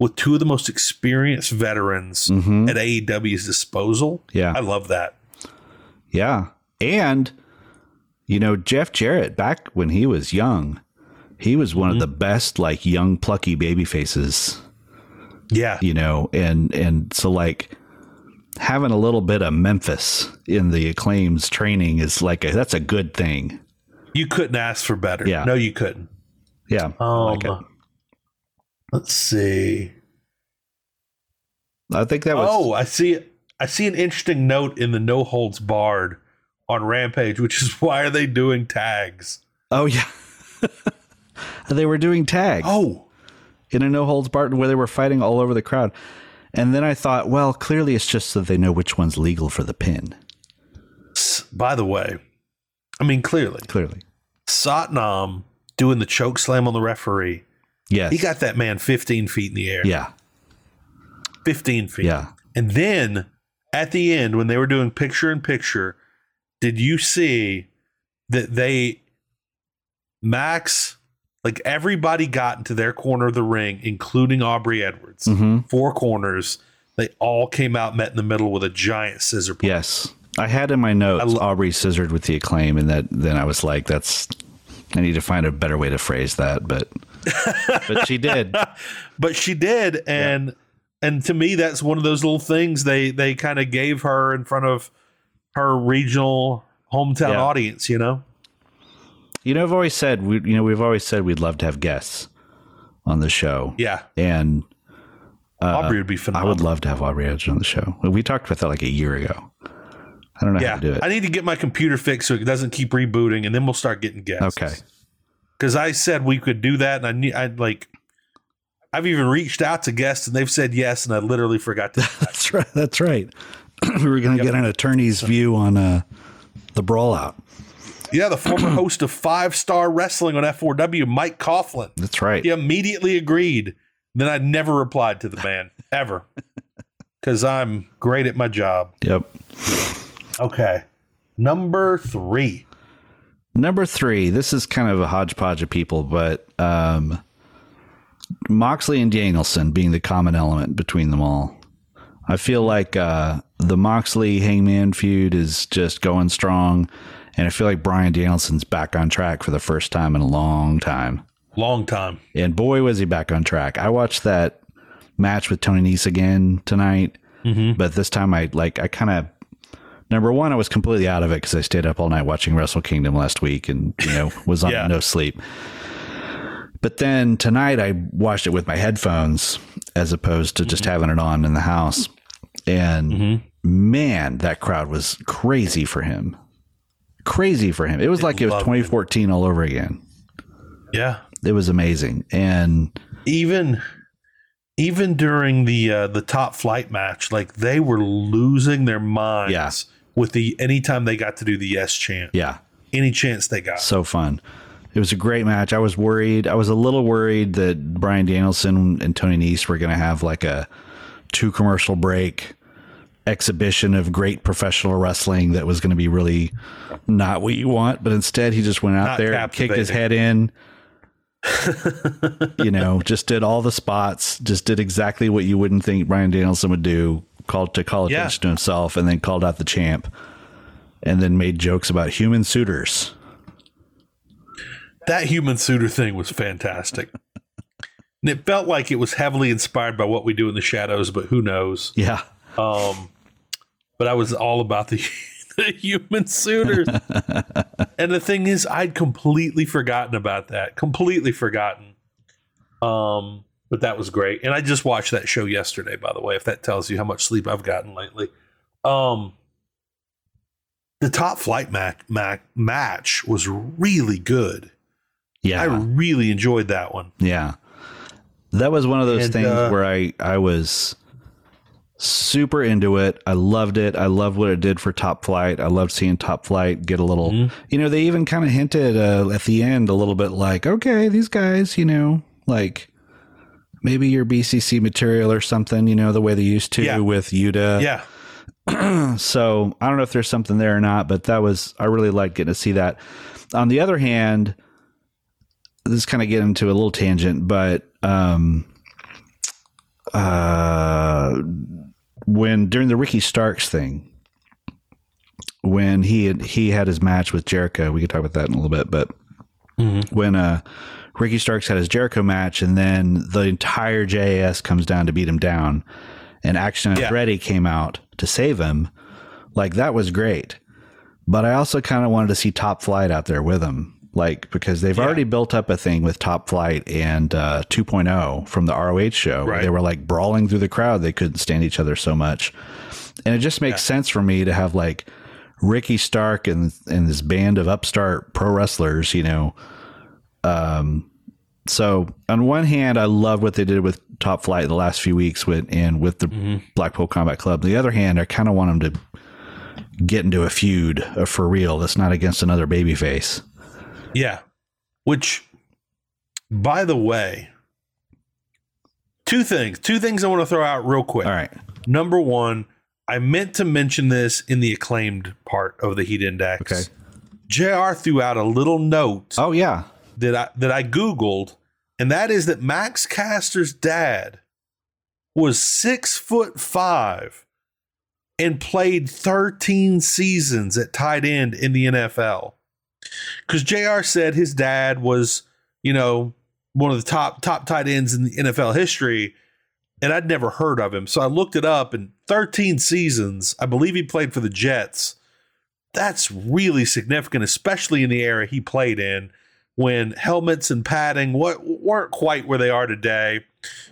with two of the most experienced veterans
Mhm.
at AEW's disposal.
Yeah.
I love that.
Yeah. And, you know, Jeff Jarrett, back when he was young, he was
Mm-hmm.
one of the best, like, young, plucky baby faces,
Yeah.
you know, and, and so, like, having a little bit of Memphis in the acclaims training is like, a, that's a good thing.
You couldn't ask for better.
Yeah.
No, you couldn't.
Yeah. I like it.
Um, Let's see.
I think that was,
oh, I see. I see an interesting note in the no holds barred on Rampage, which is why are they doing tags?
oh, yeah. they were doing tags.
Oh,
in a no holds barred where they were fighting all over the crowd. And then I thought, well, clearly it's just so they know which one's legal for the pin.
s- by the way, I mean clearly
Clearly.
Satnam doing the choke slam on the referee.
Yes.
He got that man fifteen feet in the air.
yeah.
fifteen feet.
Yeah.
And then at the end, when they were doing picture in picture, did you see that they, Max, like everybody got into their corner of the ring, including Aubrey Edwards,
Mhm.
four corners. They all came out, met in the middle with a giant scissor. Point.
Yes. I had in my notes
I lo-
Aubrey scissored with the acclaim, and that then I was like, that's. I need to find a better way to phrase that, but but she did.
but she did and and to me that's one of those little things they they kind of gave her in front of her regional hometown
Yeah.
audience you know
You know, I've always said we, you know, we've always said we'd love to have guests on the show,
yeah Um,
and
aubrey would be
Uh, I
phenomenal
would love to have Aubrey Edge on the show. We talked about that like a year ago. I don't know how
yeah
to do it.
i need to get my computer fixed so it doesn't keep rebooting and then we'll start getting guests
okay,
because i said we could do that and i need i like i've even reached out to guests and they've said yes and i literally forgot to
that's right. That's right. we were going to get an attorney's view on uh, the brawl out.
yeah the former host of five star wrestling on f4w mike coughlin
That's right.
he immediately agreed. Then I never replied to the man ever because I'm great at my job.
Yep.
Okay. Number three.
Number three, this is kind of a hodgepodge of people, but um, Moxley and Danielson being the common element between them all. I feel like uh, the Moxley Hangman feud is just going strong, and I feel like Brian Danielson's back on track for the first time in a long time.
Long time.
And boy, was he back on track. I watched that match with Tony Nese again tonight,
Mm-hmm.
but this time I like I kind of number one I was completely out of it because I stayed up all night watching Wrestle Kingdom last week and you know was on
Yeah.
no sleep. But then tonight I watched it with my headphones as opposed to
Mm-hmm.
just having it on in the house, and man, that crowd was crazy for him. Crazy for him. It was like it was
loved him.
2014 all over again.
Yeah.
It was amazing. And
Even even during the uh, the top flight match, like they were losing their minds
Yeah.
with the anytime they got to do the yes chant.
yeah,
Any chance they got.
so fun. It was a great match. I was worried. I was a little worried that Brian Danielson and Tony Nese were going to have like a two commercial break exhibition of great professional wrestling that was going to be really not what you want. But instead, he just went out
Not
there, kicked
captivating.
his head in, you know, just did all the spots, just did exactly what you wouldn't think Brian Danielson would do, called to call
Yeah.
attention to himself, and then called out the champ, and then made jokes about human suitors.
That human suitor thing was fantastic. and it felt like it was heavily inspired by what we do in the shadows, but who knows?
Yeah.
Um, but I was all about the, the human suitors. and the thing is, I'd completely forgotten about that. Completely forgotten. Um, but that was great. And I just watched that show yesterday, by the way, if that tells you how much sleep I've gotten lately. Um, the top flight ma- ma- match was really good.
Yeah.
I really enjoyed that one.
yeah. That was one of those
And,
things
uh,
where I I was super into it. I loved it. I loved what it did for Top Flight. I loved seeing Top Flight get a little,
Mm-hmm.
you know, they even kind of hinted uh, at the end a little bit like, okay, these guys, you know, like maybe your BCC material or something, you know, the way they used to
Yeah.
with Yuta.
Yeah.
So I don't know if there's something there or not, but that was I really liked getting to see that. On the other hand, this is kind of getting into a little tangent, but um, uh, when during the Ricky Starks thing, when he had, he had his match with Jericho, we could talk about that in a little bit, but when uh, Ricky Starks had his Jericho match, and then the entire JAS comes down to beat him down, and Action
Yeah.
Andretti came out to save him. Like that was great, but I also kind of wanted to see Top Flight out there with him, like because they've already built up a thing with Top Flight and uh, 2.0 from the ROH show. where
Right.
They were like brawling through the crowd; they couldn't stand each other so much, and it just makes sense for me to have like. Ricky Stark and and this band of upstart pro wrestlers, you know, so on one hand, I love what they did with Top Flight the last few weeks with and with the
Mm-hmm.
Blackpool Combat Club. The other hand, I kind of want them to get into a feud uh, for real. That's not against another babyface.
Yeah. Which, by the way, two things, two things I want to throw out real quick.
All right,
Number one, I meant to mention this in the acclaimed part of the heat index.
Okay.
JR threw out a little note
Oh yeah,
that I that I Googled, and that is that Max Caster's dad was six foot five and played 13 seasons at tight end in the NFL. Because JR said his dad was, you know, one of the top top tight ends in NFL history, and I'd never heard of him. So I looked it up. In 13 seasons, I believe he played for the Jets. That's really significant, especially in the era he played in, when helmets and padding what weren't quite where they are today.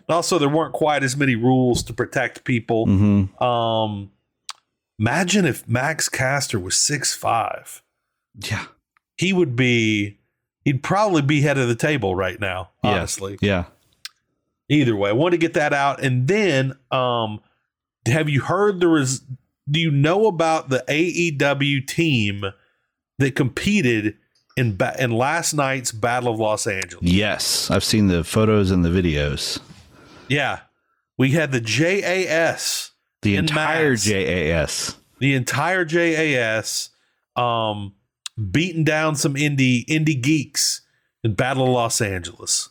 And also, there weren't quite as many rules to protect people.
hmm
Um, imagine if Max Caster was six five.
Yeah.
He would be. He'd probably be head of the table right now.
Yeah.
Honestly,
Yeah.
either way, I want to get that out. And then, um, have you heard the res- Do you know about the AEW team that competed in ba- in last night's Battle of Los Angeles?
Yes. I've seen the photos and the videos.
Yeah, we had the JAS,
The
In
entire
mass.
JAS.
the entire JAS, um, beating down some indie indie geeks in Battle of Los Angeles,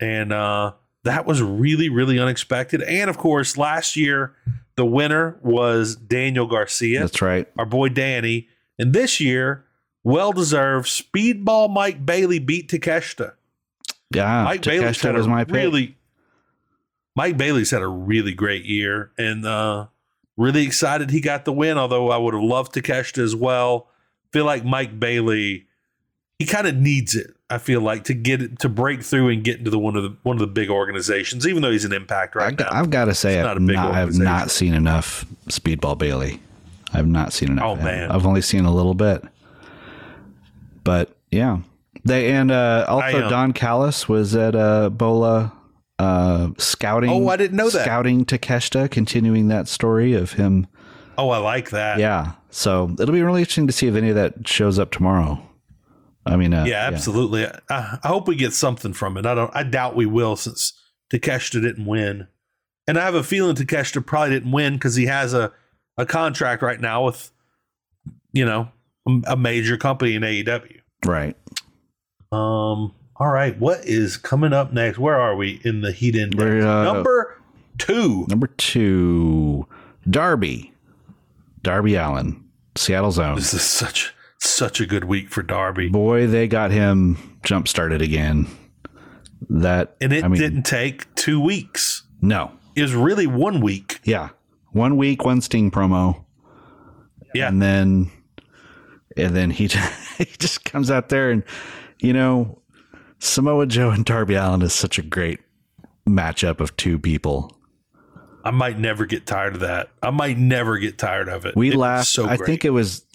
and uh, that was really really unexpected. And of course, last year the winner was Daniel Garcia,
That's right.
our boy Danny, and this year, well deserved, Speedball Mike Bailey beat Takeshita.
Yeah.
Mike Bailey's
Takeshita
had a
was my pick.
really Mike Bailey's had a really great year and uh really excited he got the win, although I would have loved Takeshita as well. Feel like Mike Bailey he kind of needs it, I feel like, to get it to break through and get into the one of the one of the big organizations, even though he's an impact right now.
I, have got to
It's
say, I've
not a big
not, I've
organization.
not seen enough Speedball Bailey. I've not seen enough.
Oh,
of him.
man.
I've only seen a little bit. But yeah, they and uh, also
um,
Don Callis was at uh, Bola uh, scouting.
Oh, I didn't know that.
Scouting Takeshita, continuing that story of him.
oh, I like that.
Yeah, so it'll be really interesting to see if any of that shows up tomorrow. I mean, uh,
Yeah, absolutely. I, I hope we get something from it. I don't. I doubt we will, since Takeshita didn't win, and I have a feeling Takeshita probably didn't win because he has a a contract right now with, you know, a major company in AEW.
right.
Um. All right. What is coming up next? Where are we in the heat index?
We're, uh,
Number two.
Number two, Darby, Darby Allen, Seattle Zone.
This is such such a good week for Darby,
boy, they got him jump started again. That
and it
I mean,
didn't take two weeks.
No,
It was really one week.
yeah, one week, one Sting promo,
Yeah.
and then and then he he just comes out there and you know Samoa Joe and Darby Allen is such a great matchup of two people.
I might never get tired of that. I might never get tired of it.
We
It's
laughed.
So
I
great.
think it was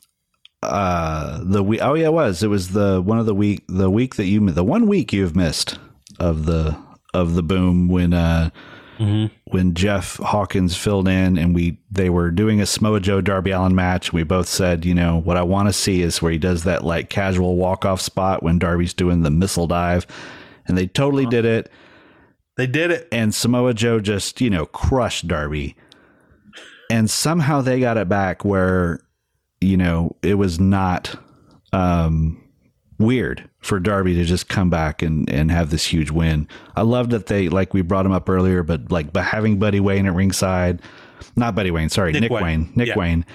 uh the week. Oh yeah, it was. It was the one of the week. The week that you the one week you've missed of the of the boom when uh
Mhm.
when Jeff Hawkins filled in and we they were doing a Samoa Joe Darby Allen match. We both said, you know, what I want to see is where he does that like casual walk off spot when Darby's doing the missile dive, and they totally
Uh-huh.
did it.
they did it.
And Samoa Joe just you know crushed Darby, and somehow they got it back where you know it was not um, weird for Darby to just come back and and have this huge win. I love that they like we brought him up earlier, but like but having Buddy Wayne at ringside, not Buddy Wayne, sorry, Nick, Wayne.
Wayne.
Nick
Yeah.
Wayne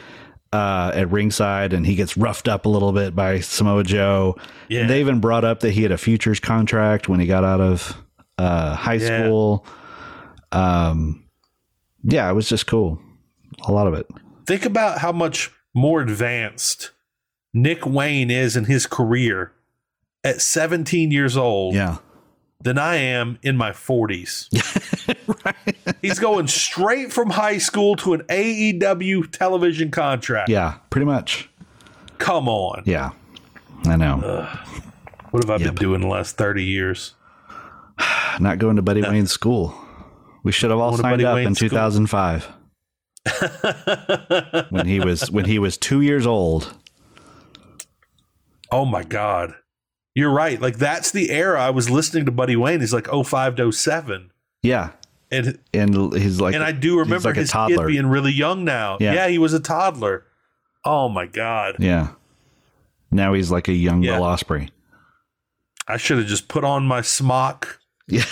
uh, at ringside, and he gets roughed up a little bit by Samoa Joe.
Yeah.
They even brought up that he had a futures contract when he got out of uh, high
Yeah.
school. Um, yeah, it was just cool. A lot of it.
Think about how much more advanced Nick Wayne is in his career at 17 years old
Yeah.
than I am in my 40s. He's going straight from high school to an AEW television contract.
Yeah. Pretty much.
Come on.
Yeah. I know.
What have I been doing the last 30 years?
not going to Buddy Wayne's school. We should have all
Going to
signed
Buddy
up in
Wayne's school.
2005 when he was when he was two years old.
Oh my God. You're right. Like that's the era I was listening to Buddy Wayne. He's like 05 to 07.
Yeah,
And
and he's like,
and I do remember
like a
his kid
toddler.
being really young now.
Yeah.
Yeah. he was a toddler. Oh my god.
yeah. Now he's like a young
Yeah.
Will Osprey.
I should have just put on my smock
Yeah,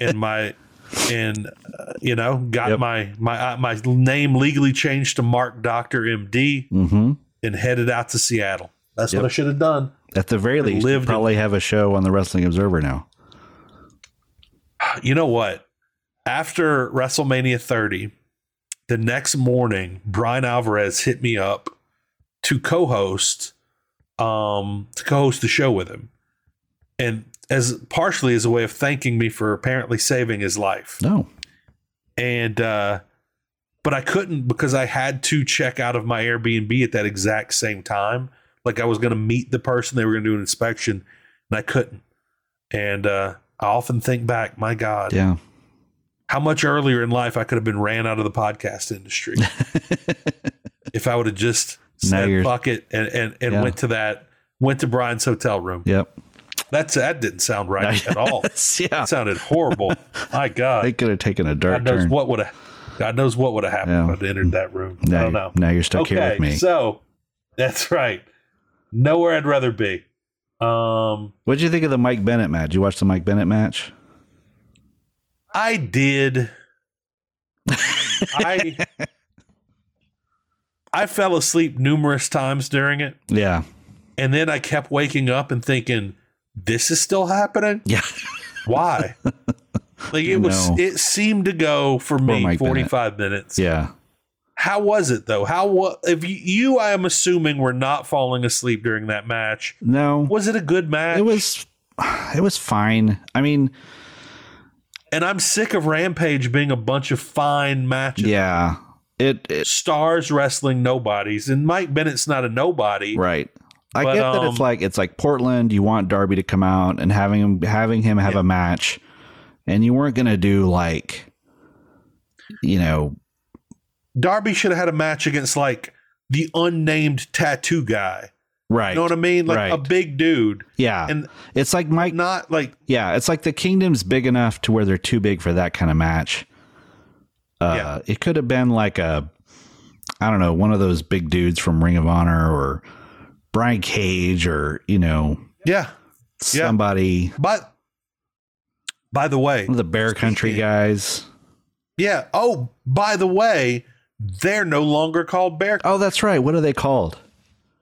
and my and uh, you know, got
Yep.
my my uh, my name legally changed to Mark Doctor MD
hmm
and headed out to Seattle. That's
Yep.
what I should have done.
at the very least, you
lived in-
probably have a show on the Wrestling Observer now.
you know what? After WrestleMania 30, the next morning, Brian Alvarez hit me up to co-host um to co-host the show with him. And as partially as a way of thanking me for apparently saving his life.
No.
And uh but I couldn't because I had to check out of my Airbnb at that exact same time. Like I was going to meet the person they were going to do an inspection and I couldn't. And uh I often think back, my god,
Yeah.
how much earlier in life I could have been ran out of the podcast industry if I would have just
Now
said
you're-
fuck it and and, and
Yeah.
went to that went to Brian's hotel room.
yep.
That's that didn't sound right at all.
yeah.
That sounded horrible. My God,
They could have taken a
God
dark
knows
turn.
what would have God knows what would have happened
Yeah.
if I'd entered that room. I
now,
don't know.
now you're stuck here with me.
so that's right. Nowhere I'd rather be. Um,
What'd you think of the Mike Bennett match? You watched the Mike Bennett match?
I did. I I fell asleep numerous times during it,
Yeah.
and then I kept waking up and thinking, "This is still happening.
Yeah.
Why?" like it was.
No.
It seemed to go for me
Mike Bennett.
forty five minutes.
Yeah.
How was it though? How wa- if you, you I am assuming were not falling asleep during that match.
No.
Was it a good match?
It was it was fine. I mean,
and I'm sick of Rampage being a bunch of fine matches.
yeah. It, it
Stars wrestling nobodies, and Mike Bennett's not a nobody.
right. I
But,
get that
um,
it's like it's like Portland, you want Darby to come out and having him having him have a match and you weren't going to do like you know,
Darby should have had a match against like the unnamed tattoo guy.
right.
You know what I mean? Like
Right.
a big dude,
yeah.
and
it's like Mike
not like
Yeah, it's like the kingdom's big enough to where they're too big for that kind of match. Uh,
Yeah.
It could have been like a, I don't know, one of those big dudes from Ring of Honor or Brian Cage or you know
yeah. Yeah.
somebody,
But by the way,
one of the Bear Country guys.
yeah. Oh, by the way, they're no longer called Bear.
Oh, that's right. What are they called?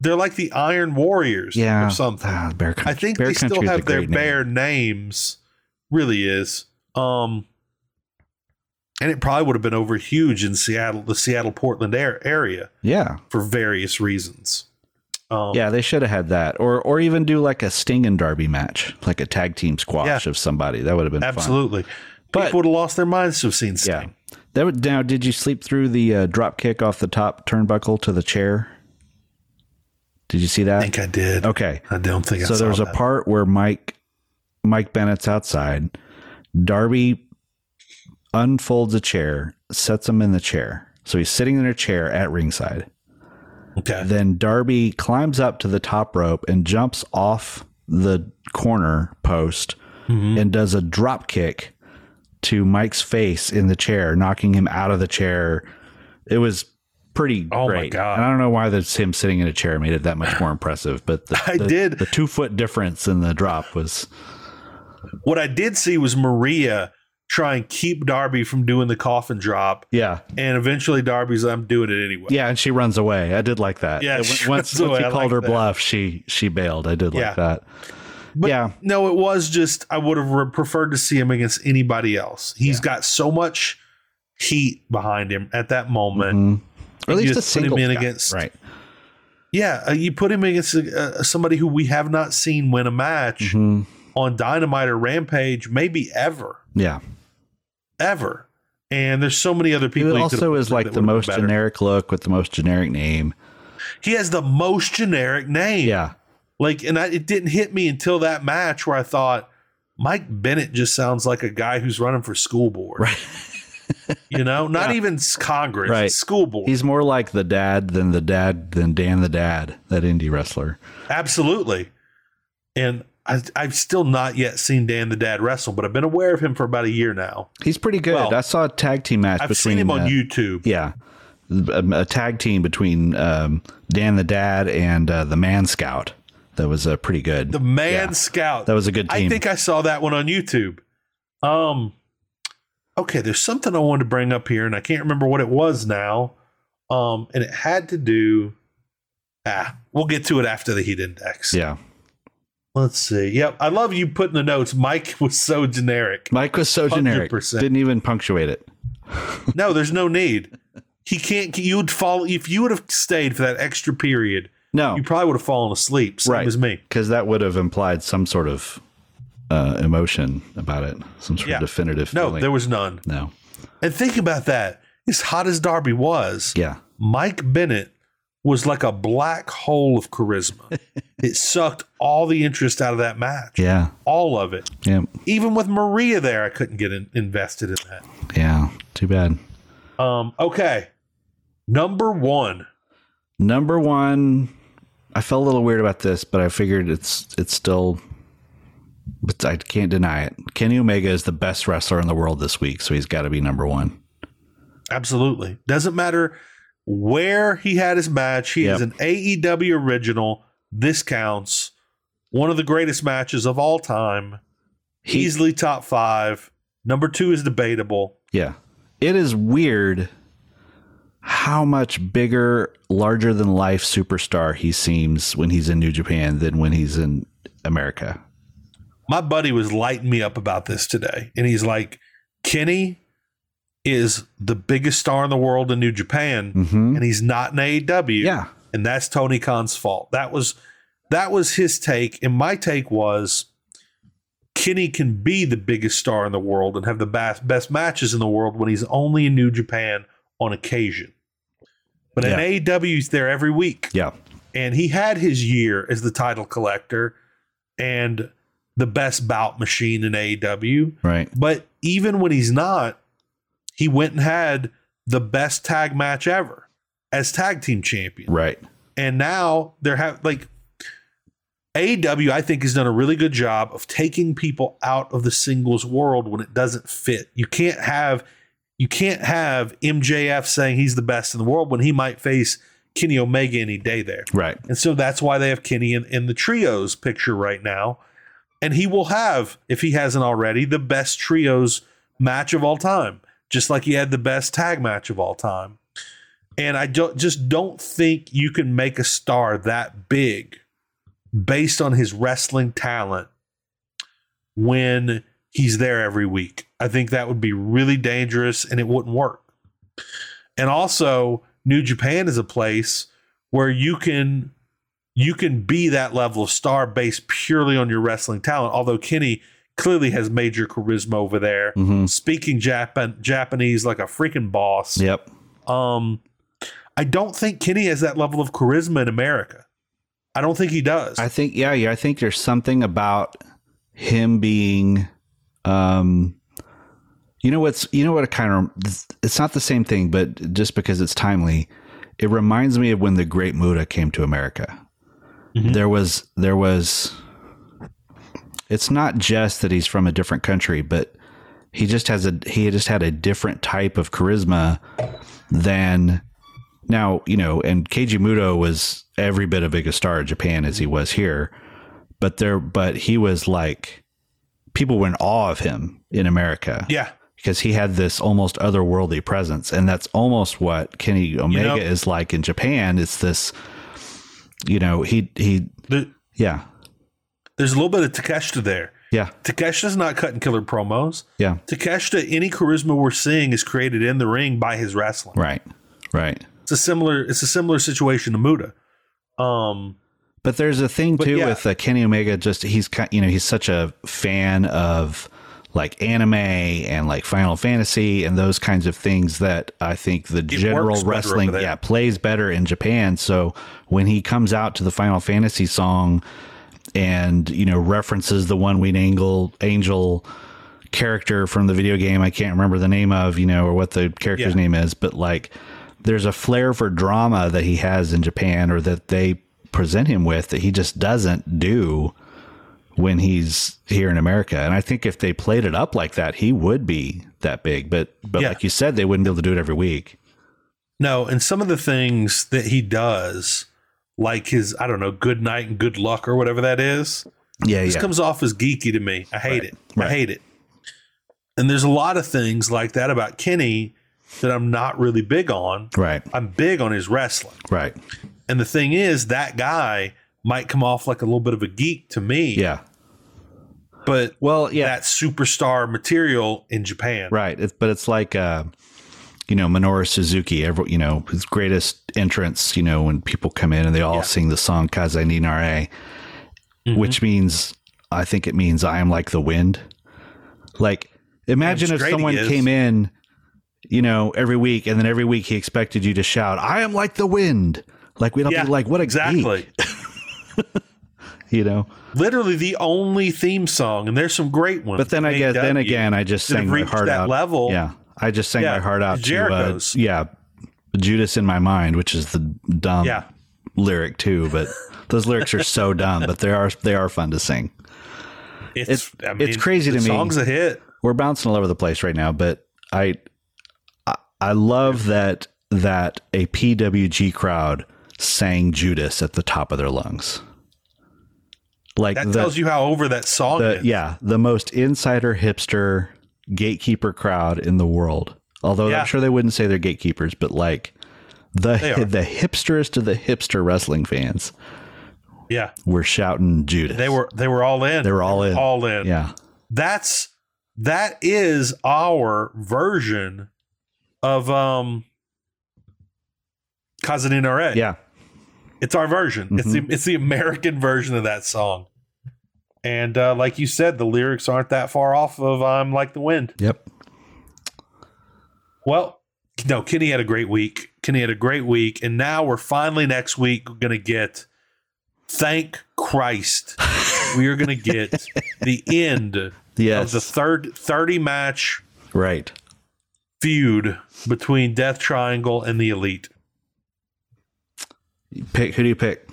They're like the Iron Warriors
Yeah,
or something.
Ah, Bear Country.
I think
Bear
they still
Country is a
have their
great name.
bare names. Really is. Um and it probably would have been over huge in Seattle, the Seattle Portland air, area
Yeah,
for various reasons. Um,
yeah. They should have had that, or or even do like a Sting and Darby match, like a tag team squash
Yeah.
of somebody. That would have been fun.
absolutely.
But-
People would have lost their minds to have seen Sting.
Yeah. That would, now, did you sleep through the uh, drop kick off the top turnbuckle to the chair? Did you see
I
that?
think I did.
Okay.
I don't think I
So
saw
there was a
that.
part where Mike Mike Bennett's outside. Darby unfolds a chair, sets him in the chair. So he's sitting in a chair at ringside.
Okay.
Then Darby climbs up to the top rope and jumps off the corner post
Mm-hmm.
and does a drop kick to Mike's face in the chair, knocking him out of the chair. It was pretty
Oh my
great.
God.
And I don't know why that's him sitting in a chair made it that much more impressive, but the,
I
the-
did.
the two foot difference in the drop was
What I did see was Maria try and keep Darby from doing the coffin drop,
yeah.
and eventually Darby's like, I'm doing it anyway.
Yeah, and she runs away. I did like that.
Yeah,
It-
she
once,
runs
once
away.
he
I
called
like
her
that.
bluff, she she bailed. I did like
Yeah.
that.
But
yeah,
No, it was just I would have re- preferred to see him against anybody else. He's got so much heat behind him at that moment.
Mhm.
You
or at least a
just put him
single
in
guy.
against-
right.
Yeah, uh, you put him against uh, somebody who we have not seen win a match
Mhm.
on Dynamite or Rampage, maybe ever,
Yeah,
ever. And there's so many other people.
It
he
also
could've
is
put
like
that
the
would've been
most
better.
generic look with the most generic name.
He has the most generic name.
Yeah,
Like, and I, it didn't hit me until that match where I thought Mike Bennett just sounds like a guy who's running for school board.
Right.
you know, not even s- Congress,
Right.
school board.
he's more like the dad than the dad than Dan the dad, that indie wrestler.
Absolutely. And I, I've still not yet seen Dan the Dad wrestle, but I've been aware of him for about a year now.
He's pretty good.
Well,
I saw a tag team match
I've
between
seen him on
uh,
YouTube.
Yeah, um, a, a tag team between um, Dan the dad and uh, the Man Scout. That was uh, pretty good.
The Man Scout.
that was a good
I
team.
think I saw that one on YouTube. Um, okay, there's something I wanted to bring up here, and I can't remember what it was now. Um, and it had to do. Ah, we'll get to it after the heat index.
yeah,
Let's see. Yep. I love you putting the notes. Mike was so generic.
Mike was so generic.
100%.
Didn't even punctuate it.
No, there's no need. He can't. You would fall if you would have stayed for that extra period.
No,
You probably would have fallen asleep. Same
Right.
as me.
because that would have implied some sort of uh, emotion about it, some sort
Yeah.
of definitive
No,
feeling.
there was none.
no,
And think about that. As hot as Darby was,
yeah,
Mike Bennett was like a black hole of charisma. it sucked all the interest out of that match.
yeah,
All of it.
yeah,
Even with Maria there, I couldn't get in, invested in that.
yeah. Too bad.
Um, okay. Number one.
Number one, I felt a little weird about this, but I figured it's it's still. But I can't deny it. Kenny Omega is the best wrestler in the world this week, so he's got to be number one.
Absolutely. Doesn't matter where he had his match. He
Yep.
is an AEW original. This counts. One of the greatest matches of all time.
He-
Easily top five. Number two is debatable.
Yeah. It is weird how much bigger, larger than life superstar he seems when he's in New Japan than when he's in America.
My buddy was lighting me up about this today, and he's like, Kenny is the biggest star in the world in New Japan,
Mhm.
and he's not in AEW.
Yeah.
and that's Tony Khan's fault. That was that was his take, and my take was Kenny can be the biggest star in the world and have the best best matches in the world when he's only in New Japan on occasion. But
Yeah.
in AEW, he's there every week,
Yeah.
and he had his year as the title collector and the best bout machine in AEW.
Right.
But even when he's not, he went and had the best tag match ever as tag team champion
Right.
and now they're have like AW I think has done a really good job of taking people out of the singles world when it doesn't fit. You can't have you can't have MJF saying he's the best in the world when he might face Kenny Omega any day there.
Right.
And so that's why they have Kenny in, in the trios picture right now. And he will have, if he hasn't already, the best trios match of all time, just like he had the best tag match of all time. And I don't, just don't think you can make a star that big based on his wrestling talent when he's there every week. I think that would be really dangerous and it wouldn't work. And also, New Japan is a place where you can you can be that level of star based purely on your wrestling talent. Although Kenny clearly has major charisma over there,
Mhm.
speaking Japan Japanese like a freaking boss.
Yep.
Um, I don't think Kenny has that level of charisma in America. I don't think he does.
I think yeah, yeah, I think there's something about him being um you know what's you know what it kind of it's not the same thing, but just because it's timely, it reminds me of when the Great Muda came to America.
Mhm.
There was there was it's not just that he's from a different country, but he just has a he just had a different type of charisma than now, you know, and Keiji Muto was every bit a big a star in Japan as he was here, but there, but he was like, people were in awe of him in America
yeah,
because he had this almost otherworldly presence, and that's almost what Kenny Omega
know-
is like in Japan. It's this, you know, he he,
there-
yeah,
there's a little bit of Takeshita there.
yeah,
Takeshita's not cutting killer promos.
yeah,
Takeshita, any charisma we're seeing is created in the ring by his wrestling.
right, right.
It's a similar it's a similar situation to Muda. Um,
But there's a thing too
yeah.
with uh, Kenny Omega. Just he's ki- you know he's such a fan of like anime and like Final Fantasy and those kinds of things that I think the general
works better
wrestling
over there.
yeah plays better in Japan. So when he comes out to the Final Fantasy song and you know references the one winged angel angel character from the video game I can't remember the name of you know or what the character's
Yeah.
name is, but like there's a flair for drama that he has in Japan or that they present him with that he just doesn't do when he's here in America. And I think if they played it up like that, he would be that big. But but
Yeah.
like you said, they wouldn't be able to do it every week.
no, and some of the things that he does, like his I don't know, good night and good luck or whatever that is,
Yeah,
this
yeah.
comes off as geeky to me. I hate it.
right.
I hate it. And there's a lot of things like that about Kenny that I'm not really big on.
right,
I'm big on his wrestling.
right.
And the thing is, that guy might come off like a little bit of a geek to me.
Yeah.
But
Well, yeah.
that superstar material in Japan.
Right. It's but it's like uh, you know Minoru Suzuki, every, you know his greatest entrance. You know when people come in and they all
Yeah. Mm-hmm.
sing the song Kaze ni Nare, which means I think it means I am like the wind. Like imagine if
straight he
someone
is.
came in, you know, every week and then every week he expected you to shout, "I am like the wind." Like we'd all
Yeah,
be like, "What a geek,"
Exactly.
you know.
Literally the only theme song, and there's some great ones.
But then I guess then
AEW
again, I just
that have
sang my
reached
heart
that
out.
level.
Yeah, I just sang
Yeah,
my heart out.
Jericho's.
To, uh, yeah, Judas in my mind, which is the dumb
Yeah.
lyric too. But those lyrics are so dumb, but they are they are fun to sing.
It's,
it's- it's crazy
the
to me.
Song's a hit.
We're bouncing all over the place right now, but I I, I love that that a PWG crowd sang Judas at the top of their lungs. Like
That
the,
tells you how over that song
the
is.
yeah the most insider hipster gatekeeper crowd in the world although
Yeah.
i'm sure they wouldn't say they're gatekeepers but like the
They are.
the hipsterest of the hipster wrestling fans
Yeah.
were shouting judas
They were they were all in.
they were all in
all in.
yeah
That's that is our version of um Kazaninare.
yeah Mm-hmm.
It's our version. It's the it's the American version of that song. And uh, like you said, the lyrics aren't that far off of "I'm Like the Wind."
yep
Well, no, Kenny had a great week. Kenny had a great week, and now we're finally next week going to get. Thank Christ, we are going to get the end of
yes
the third thirty match
right
feud between Death Triangle and the Elite.
pick who do you pick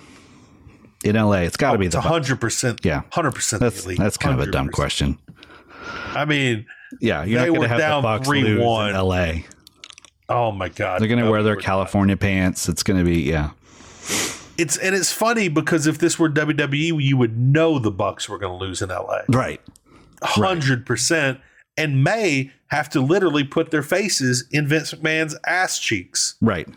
in la it's got to be
It's
the Bu-
hundred percent.
Yeah.
hundred percent.
that's that's kind of a dumb question
I mean,
yeah you're
They
not
were
gonna have
down
the bucks lose
3-1.
in la
oh my god,
they're gonna
No,
wear their
we're-
california pants it's gonna be yeah
It's and it's funny because if this were WWE, you would know the Bucks were going to lose in LA,
right
hundred percent, and may have to literally put their faces in Vince McMahon's ass cheeks.
right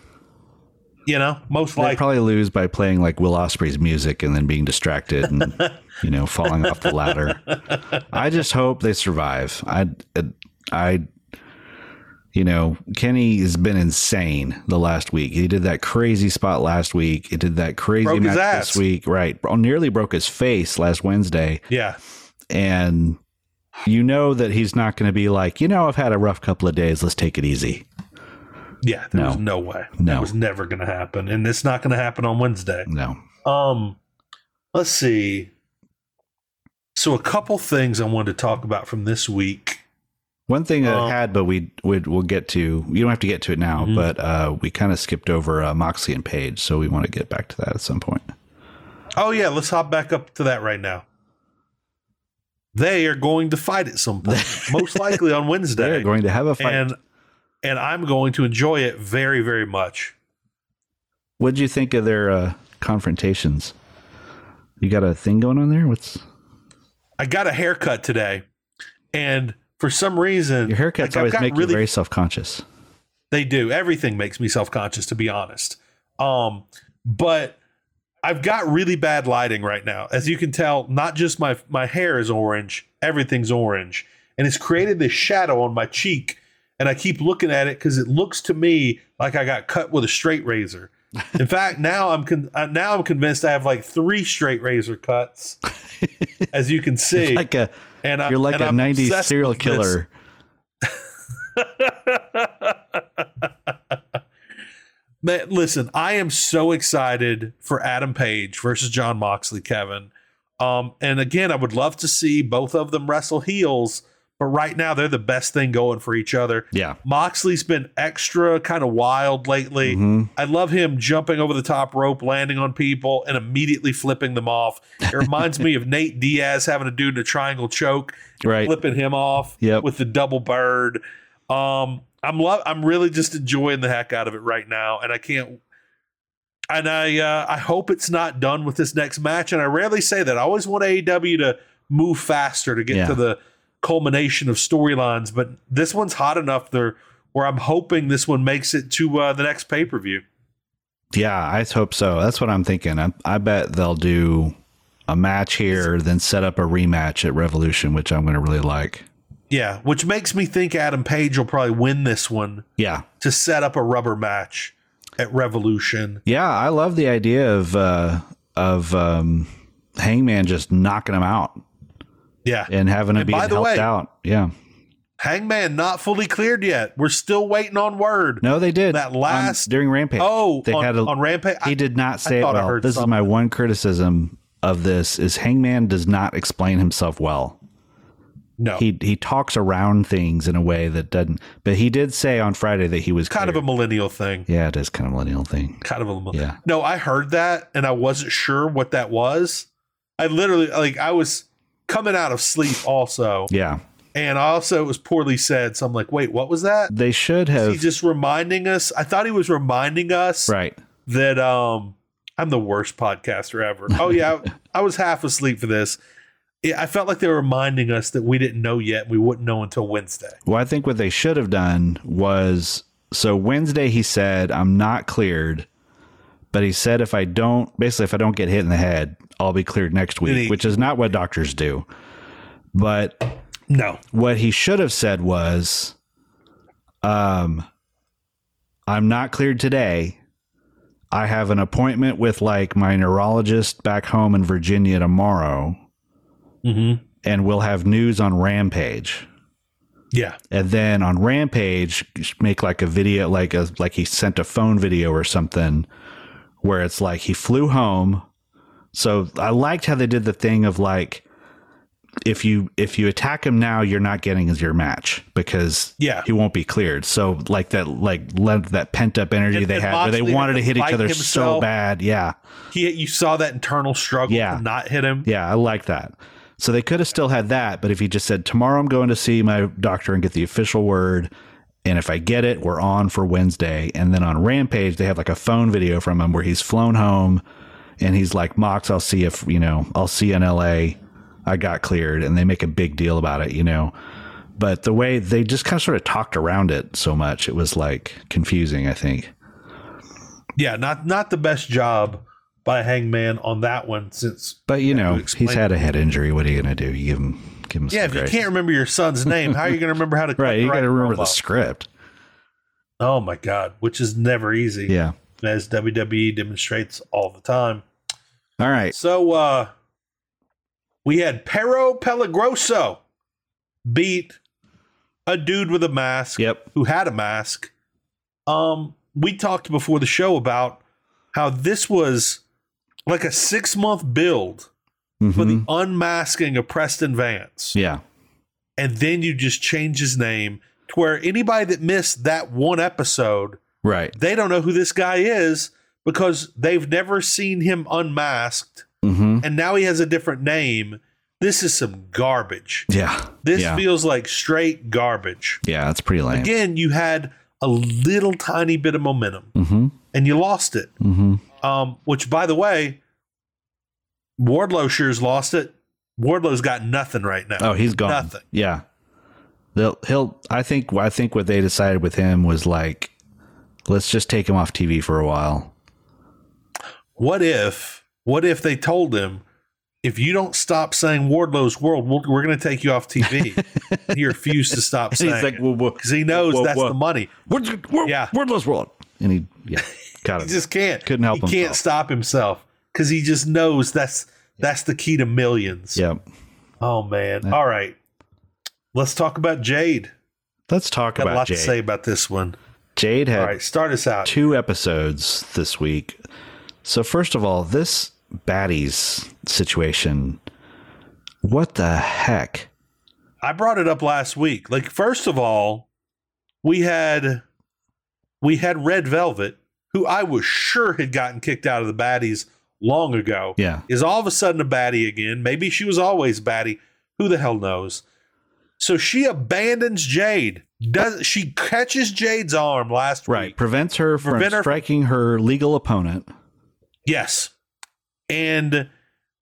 You know, most
They'd
likely.
probably lose by playing like Will Osprey's music and then being distracted and you know falling off the ladder. I just hope they survive. I, I, you know, Kenny has been insane the last week. He did that crazy spot last week. He did that crazy
Broke his
match
ass.
this week. Right, Bro- nearly broke his face last Wednesday,
yeah,
and you know that he's not going to be like, you know, I've had a rough couple of days. Let's take it easy.
yeah. There
No.
was no way.
No.
That was never going to happen, and it's not going to happen on Wednesday.
No,
Um, let's see. So a couple things I wanted to talk about from this week.
One thing
Um,
I had, but we would we'll get to. You don't have to get to it now,
Mhm.
but uh, we kind of skipped over uh, Moxley and Page, so we want to get back to that at some point.
Oh yeah, let's hop back up to that right now. They are going to fight at some point, most likely on
They're
Wednesday,
going to have a fight.
and and I'm going to enjoy it very very much.
what would you think of their uh, confrontations? You got a thing going on there? What's
I got a haircut today, and for some reason,
your haircuts
like, I've
always
got
make you
really
very self conscious.
They do. Everything makes me self-conscious, to be honest. Um, but I've got really bad lighting right now. As you can tell, not just my my hair is orange, everything's orange. And it's created this shadow on my cheek. And I keep looking at it because it looks to me like I got cut with a straight razor. In fact, now I'm con- uh, now I'm convinced I have like three straight razor cuts, as you can see.
Like a
and I,
you're like
and
a
I'm
'90s
obsessed
serial
with this.
killer.
Man, listen, I am so excited for Adam Page versus John Moxley, Kevin. Um, and again, I would love to see both of them wrestle heels, but right now they're the best thing going for each other.
Yeah,
Moxley's been extra kind of wild lately.
Mhm.
I love him jumping over the top rope, landing on people, and immediately flipping them off. It reminds me of Nate Diaz having a dude in a triangle choke
right.
flipping him off
Yep.
with the double bird. Um, I'm lo- I'm really just enjoying the heck out of it right now, and I can't. And I uh, I hope it's not done with this next match. And I rarely say that. I always want AEW to move faster to get
Yeah.
to the culmination of storylines, but this one's hot enough there where I'm hoping this one makes it to uh, the next pay per view.
Yeah, I hope so. That's what I'm thinking. I, I bet they'll do a match here, then set up a rematch at Revolution, which I'm going to really like.
Yeah, which makes me think Adam Page will probably win this one
Yeah.
to set up a rubber match at Revolution.
Yeah, I love the idea of uh, of um, Hangman just knocking him out
Yeah.
and having him be
by
helped
the way-
out. Yeah.
Hangman not fully cleared yet. We're still waiting on word.
No, they did
That
on-
last-
during Rampage.
Oh,
they
on,
had a,
on Rampage.
he did not say it
thought I
well.
heard
This is my one criticism of this is Hangman does not explain himself well.
no.
He he talks around things in a way that doesn't. But he did say on Friday that he was
kind of a millennial thing.
yeah, it is kind of a millennial thing.
Kind of a millennial.
Yeah,
No, I heard that and I wasn't sure what that was. I literally like I was coming out of sleep also.
yeah.
And also it was poorly said. So I'm like, wait, what was that?
They should
Is
have
he just reminding us? I thought he was reminding us
right.
that um I'm the worst podcaster ever. Oh yeah, I, I was half asleep for this. Yeah, I felt like they were reminding us that we didn't know yet. We wouldn't know until Wednesday.
Well, I think what they should have done was so Wednesday he said, I'm not cleared, but he said, if I don't, basically, if I don't get hit in the head, I'll be cleared next week,
he-
which is not what doctors do. But
No.
what he should have said was, um, I'm not cleared today. I have an appointment with like my neurologist back home in Virginia tomorrow,
Mm-hmm.
and we'll have news on Rampage.
Yeah.
and then on rampage make like a video like a like he sent a phone video or something where it's like he flew home so i liked how they did the thing of like if you if you attack him now you're not getting your match because
Yeah.
he won't be cleared so like that like let that pent up energy
And-
they
and
had where they
Moxley had
wanted
to
to hit each
fight
other so
himself.
bad yeah
He you saw that internal struggle
Yeah.
to not hit him.
yeah, I like that. So they could have still had that, but if he just said, Tomorrow I'm going to see my doctor and get the official word. And if I get it, we're on for Wednesday. And then on Rampage, they have like a phone video from him where he's flown home and he's like, Mox, I'll see if, you know, I'll see you in LA. I got cleared. And they make a big deal about it, you know. But the way they just kind of sort of talked around it so much, it was like confusing, I think.
Yeah, not not the best job by Hangman on that one since
But, you know,
explain
he's had a head injury. What are you going to do? You give him, give him
Yeah,
some
if
grace.
you can't remember your son's name, how are you going to remember how to cut
Right.
the
You got to remember the
promo?
script.
Oh my god, which is never easy.
Yeah.
As WWE demonstrates all the time.
All right.
So uh we had Pero Pelagroso beat a dude with a mask
Yep.
who had a mask. Um we talked before the show about how this was like a 6-month build for
Mhm.
the unmasking of Preston Vance.
yeah.
and then you just change his name to where anybody that missed that one episode,
Right.
they don't know who this guy is because they've never seen him unmasked
hmm
and now he has a different name. This is some garbage.
Yeah.
This
yeah.
feels like straight garbage.
yeah. That's pretty lame.
Again, you had a little tiny bit of momentum
Mm-hmm.
and you lost it.
Mm-hmm.
Um, which by the way, Wardlow sure's lost it. Wardlow's got nothing right now.
Oh, he's gone.
Nothing.
Yeah. They'll, he'll. I think. I think what they decided with him was like, let's just take him off TV for a while.
what if what if they told him if you don't stop saying Wardlow's world, we'll, we're going to take you off TV. he refused to stop saying
he's like,
it
"Whoa, whoa,
because he knows
whoa,
that's
whoa.
the money.
We're, we're,
Yeah.
we're Lost World. And he. Yeah. Got
He
it.
just can't.
Couldn't help
He can't
himself.
stop himself because he just knows that's that's the key to millions.
yeah.
Oh man. All right. Let's talk about Jade.
Let's talk
Got a lot
about Jade.
to say about this one.
Jade had
All right, start us out.
two episodes this week. So first of all, this baddies situation. What the heck?
I brought it up last week. Like, first of all, we had we had Red Velvet, who I was sure had gotten kicked out of the baddies long ago.
Yeah.
Is all of a sudden a baddie again. Maybe she was always baddie. Who the hell knows? So she abandons Jade. Does she catches Jade's arm last
Right.
week?
Prevents her from
Prevent her-
striking her legal opponent.
Yes. And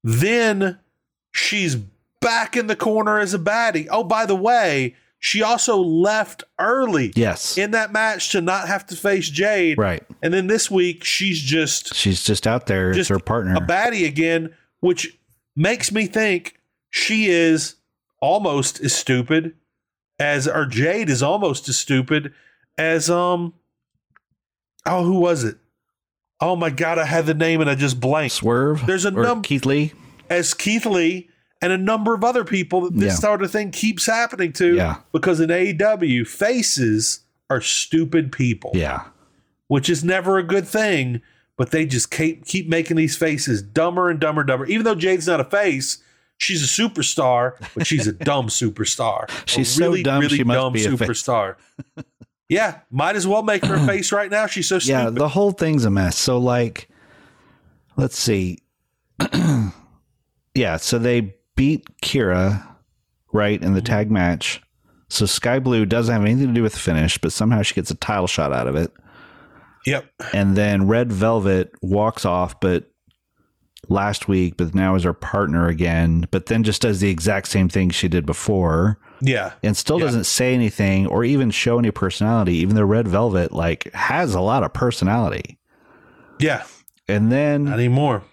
then she's back in the corner as a baddie. Oh, by the way, She also left early
Yes.
in that match to not have to face Jade.
right.
And then this week, she's just
She's just out there.
Just
it's her partner.
a baddie again, which makes me think she is almost as stupid as, or Jade is almost as stupid as, um, oh, who was it? Oh my God, I had the name and I just blanked.
Swerve.
There's a
or
num-
Keith Lee.
As Keith Lee and a number of other people that this
Yeah.
sort of thing keeps happening to
Yeah.
because in AEW, faces are stupid people
Yeah.
which is never a good thing. But they just keep keep making these faces dumber and dumber and dumber. Even though Jade's not a face, she's a superstar, but she's a dumb superstar. A
She's so dumb, she must be a face.
superstar. yeah, might as well make her a face right now. She's so
Yeah.
stupid.
The whole thing's a mess. So, like, let's see. yeah. So they beat Kira, right, in the
Mm-hmm.
tag match. So Sky Blue doesn't have anything to do with the finish, but somehow she gets a title shot out of it.
Yep.
and then Red Velvet walks off, but last week, but now is her partner again, but then just does the exact same thing she did before
Yeah.
and still
Yeah.
doesn't say anything or even show any personality, even though Red Velvet like has a lot of personality.
Yeah.
And
Not
then
anymore.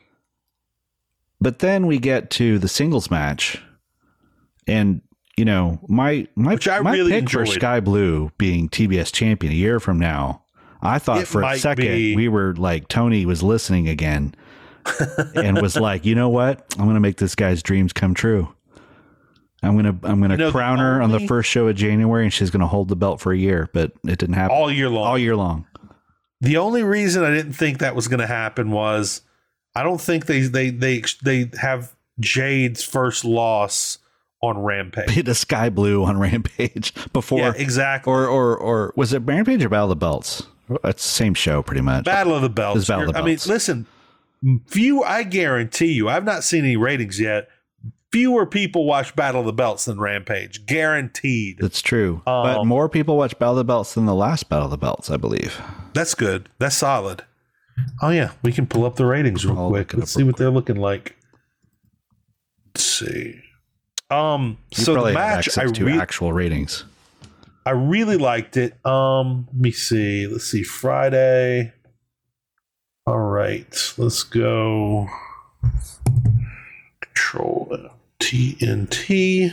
but then we get to the singles match and you know, my my,
Which I
my
really
pick for
enjoyed.
Sky Blue being TBS champion a year from now. I thought
It
for a
might
second
be-
we were like Tony was listening again and was like, you know what? I'm gonna make this guy's dreams come true. I'm gonna I'm gonna
You know, the
crown her on the
only-
first show of January and she's gonna hold the belt for a year, but it didn't happen all,
All year long.
year long.
The only reason I didn't think that was going to happen was I don't think they they they they have Jade's first loss on Rampage.
Be the sky blue on Rampage before
yeah, exactly.
or or or was it Rampage or Battle of the Belts? It's the same show pretty much.
Battle of the Belts.
It's Battle of the
I mean,
Belts.
listen, few. I guarantee you, I've not seen any ratings yet. Fewer people watch Battle of the Belts than Rampage, guaranteed.
It's true. but
Um,
more people watch Battle of the Belts than the last Battle of the Belts, I believe.
That's good. That's solid. Oh yeah, we can pull up the ratings real
I'll
quick.
look it
Let's
up
see
real
what they're looking like. Let's see. Um.
You
so the
probably have
match,
access
I
to
re-
actual ratings.
I really liked it. Um, let me see. Let's see. Friday. All right. Let's go. Control TNT.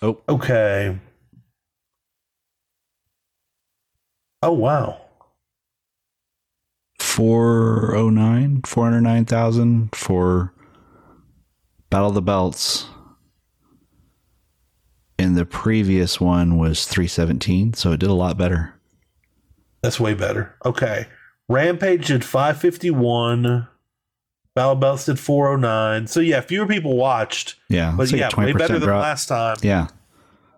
Oh,
Okay. Oh wow.
409, 409,000 for Battle of the Belts. And the previous one was 317, so it did a lot better.
That's way better. Okay. Rampage did 551. Battle Belts did 409. So yeah, fewer people watched.
Yeah.
But
it's like a
yeah, way better than
drop.
last time.
Yeah.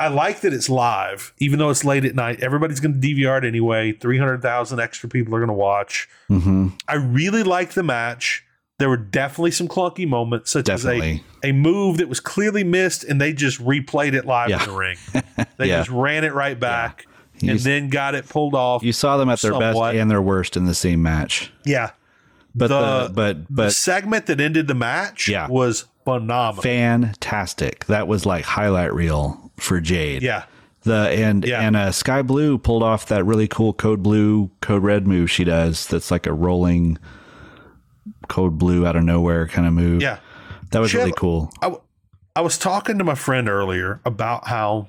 I like that it's live, even though it's late at night. Everybody's going to DVR it anyway. 300,000 extra people are going to watch.
hmm
I really liked the match. There were definitely some clunky moments, such
Definitely.
as a, a move that was clearly missed, and they just replayed it live
Yeah.
in the ring. They
Yeah.
just ran it right back
You
and
s-
then got it pulled off.
You saw them at their
Somewhat.
best and their worst in the same match.
yeah.
But
The-
the but
the
but
segment that ended the match
Yeah.
was phenomenal.
fantastic. That was like highlight reel for Jade.
yeah.
The and
Yeah.
and uh, Sky Blue pulled off that really cool code blue, code red move she does. That's like a rolling code blue out of nowhere kind of move.
Yeah.
that was
She
really
had-
cool.
I, w- I was talking to my friend earlier about how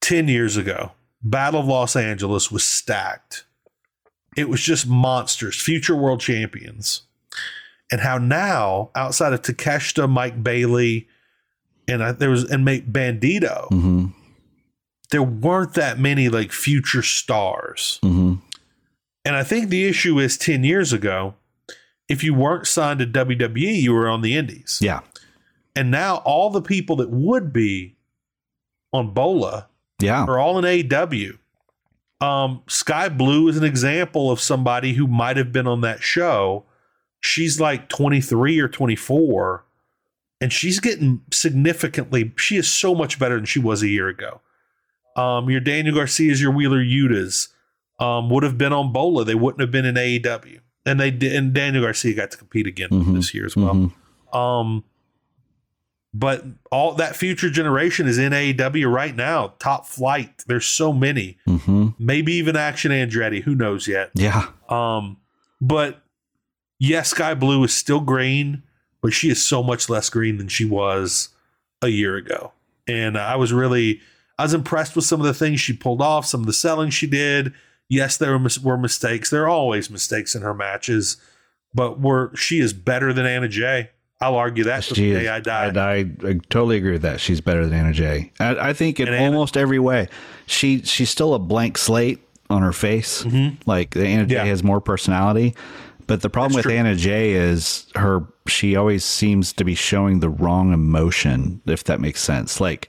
10 years ago, Battle of Los Angeles was stacked. It was just monsters, future world champions. And how now, outside of Takeshita, Mike Bailey, and I, there was and mate Bandito,
hmm
there weren't that many like future stars.
hmm
And I think the issue is 10 years ago, if you weren't signed to WWE, you were on the indies.
Yeah,
And now all the people that would be on Bola
yeah,
are all in AW. Um, Sky Blue is an example of somebody who might have been on that show. She's like 23 or 24, and she's getting significantly, she is so much better than she was a year ago. Um, your Daniel Garcia's, your Wheeler Yutas um, would have been on Bola. They wouldn't have been in AEW. And they did, and Daniel Garcia got to compete again
Mhm.
this year as well.
Mhm.
Um, But all that future generation is in AEW right now, top flight. There's so many,
Mm-hmm.
maybe even Action Andretti. Who knows yet?
Yeah.
Um, but yes, Sky Blue is still green, but she is so much less green than she was a year ago. And I was really, I was impressed with some of the things she pulled off, some of the selling she did. Yes, there were, mis- were mistakes. There are always mistakes in her matches, but we're, she is better than Anna Jay. I'll argue that till
She
the
is-
day I die.
I, I, I totally agree with that. She's better than Anna Jay. I, I think in
And Anna-
almost every way, she she's still a blank slate on her face. Like the Anna
Mm-hmm. Yeah.
Jay has more personality, but the problem
That's
with
true.
Anna Jay is her. She always seems to be showing the wrong emotion, if that makes sense. Like,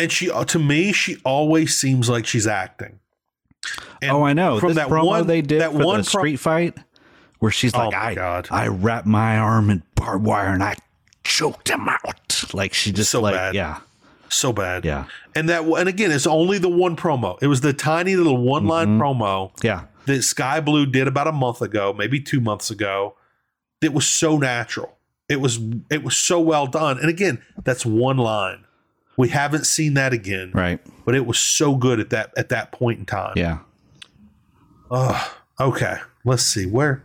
And she, uh, to me, she always seems like she's acting. And
oh, I know
from
this
that
promo
one-
they did
that
for the
one pro-
street fight, where she's
Oh
like,
my
I
God.
I wrapped my arm in barbed wire and I choked him out. Like she just
So
like
bad.
yeah
so bad.
yeah
And that, and again, it's only the one promo. It was the tiny little one line
Mm-hmm.
promo
yeah
that Sky Blue did about a month ago, maybe two months ago. That was so natural. It was it was so well done. And again, that's one line. We haven't seen that again,
right
but it was so good at that at that point in time.
yeah.
Oh, okay. Let's see where.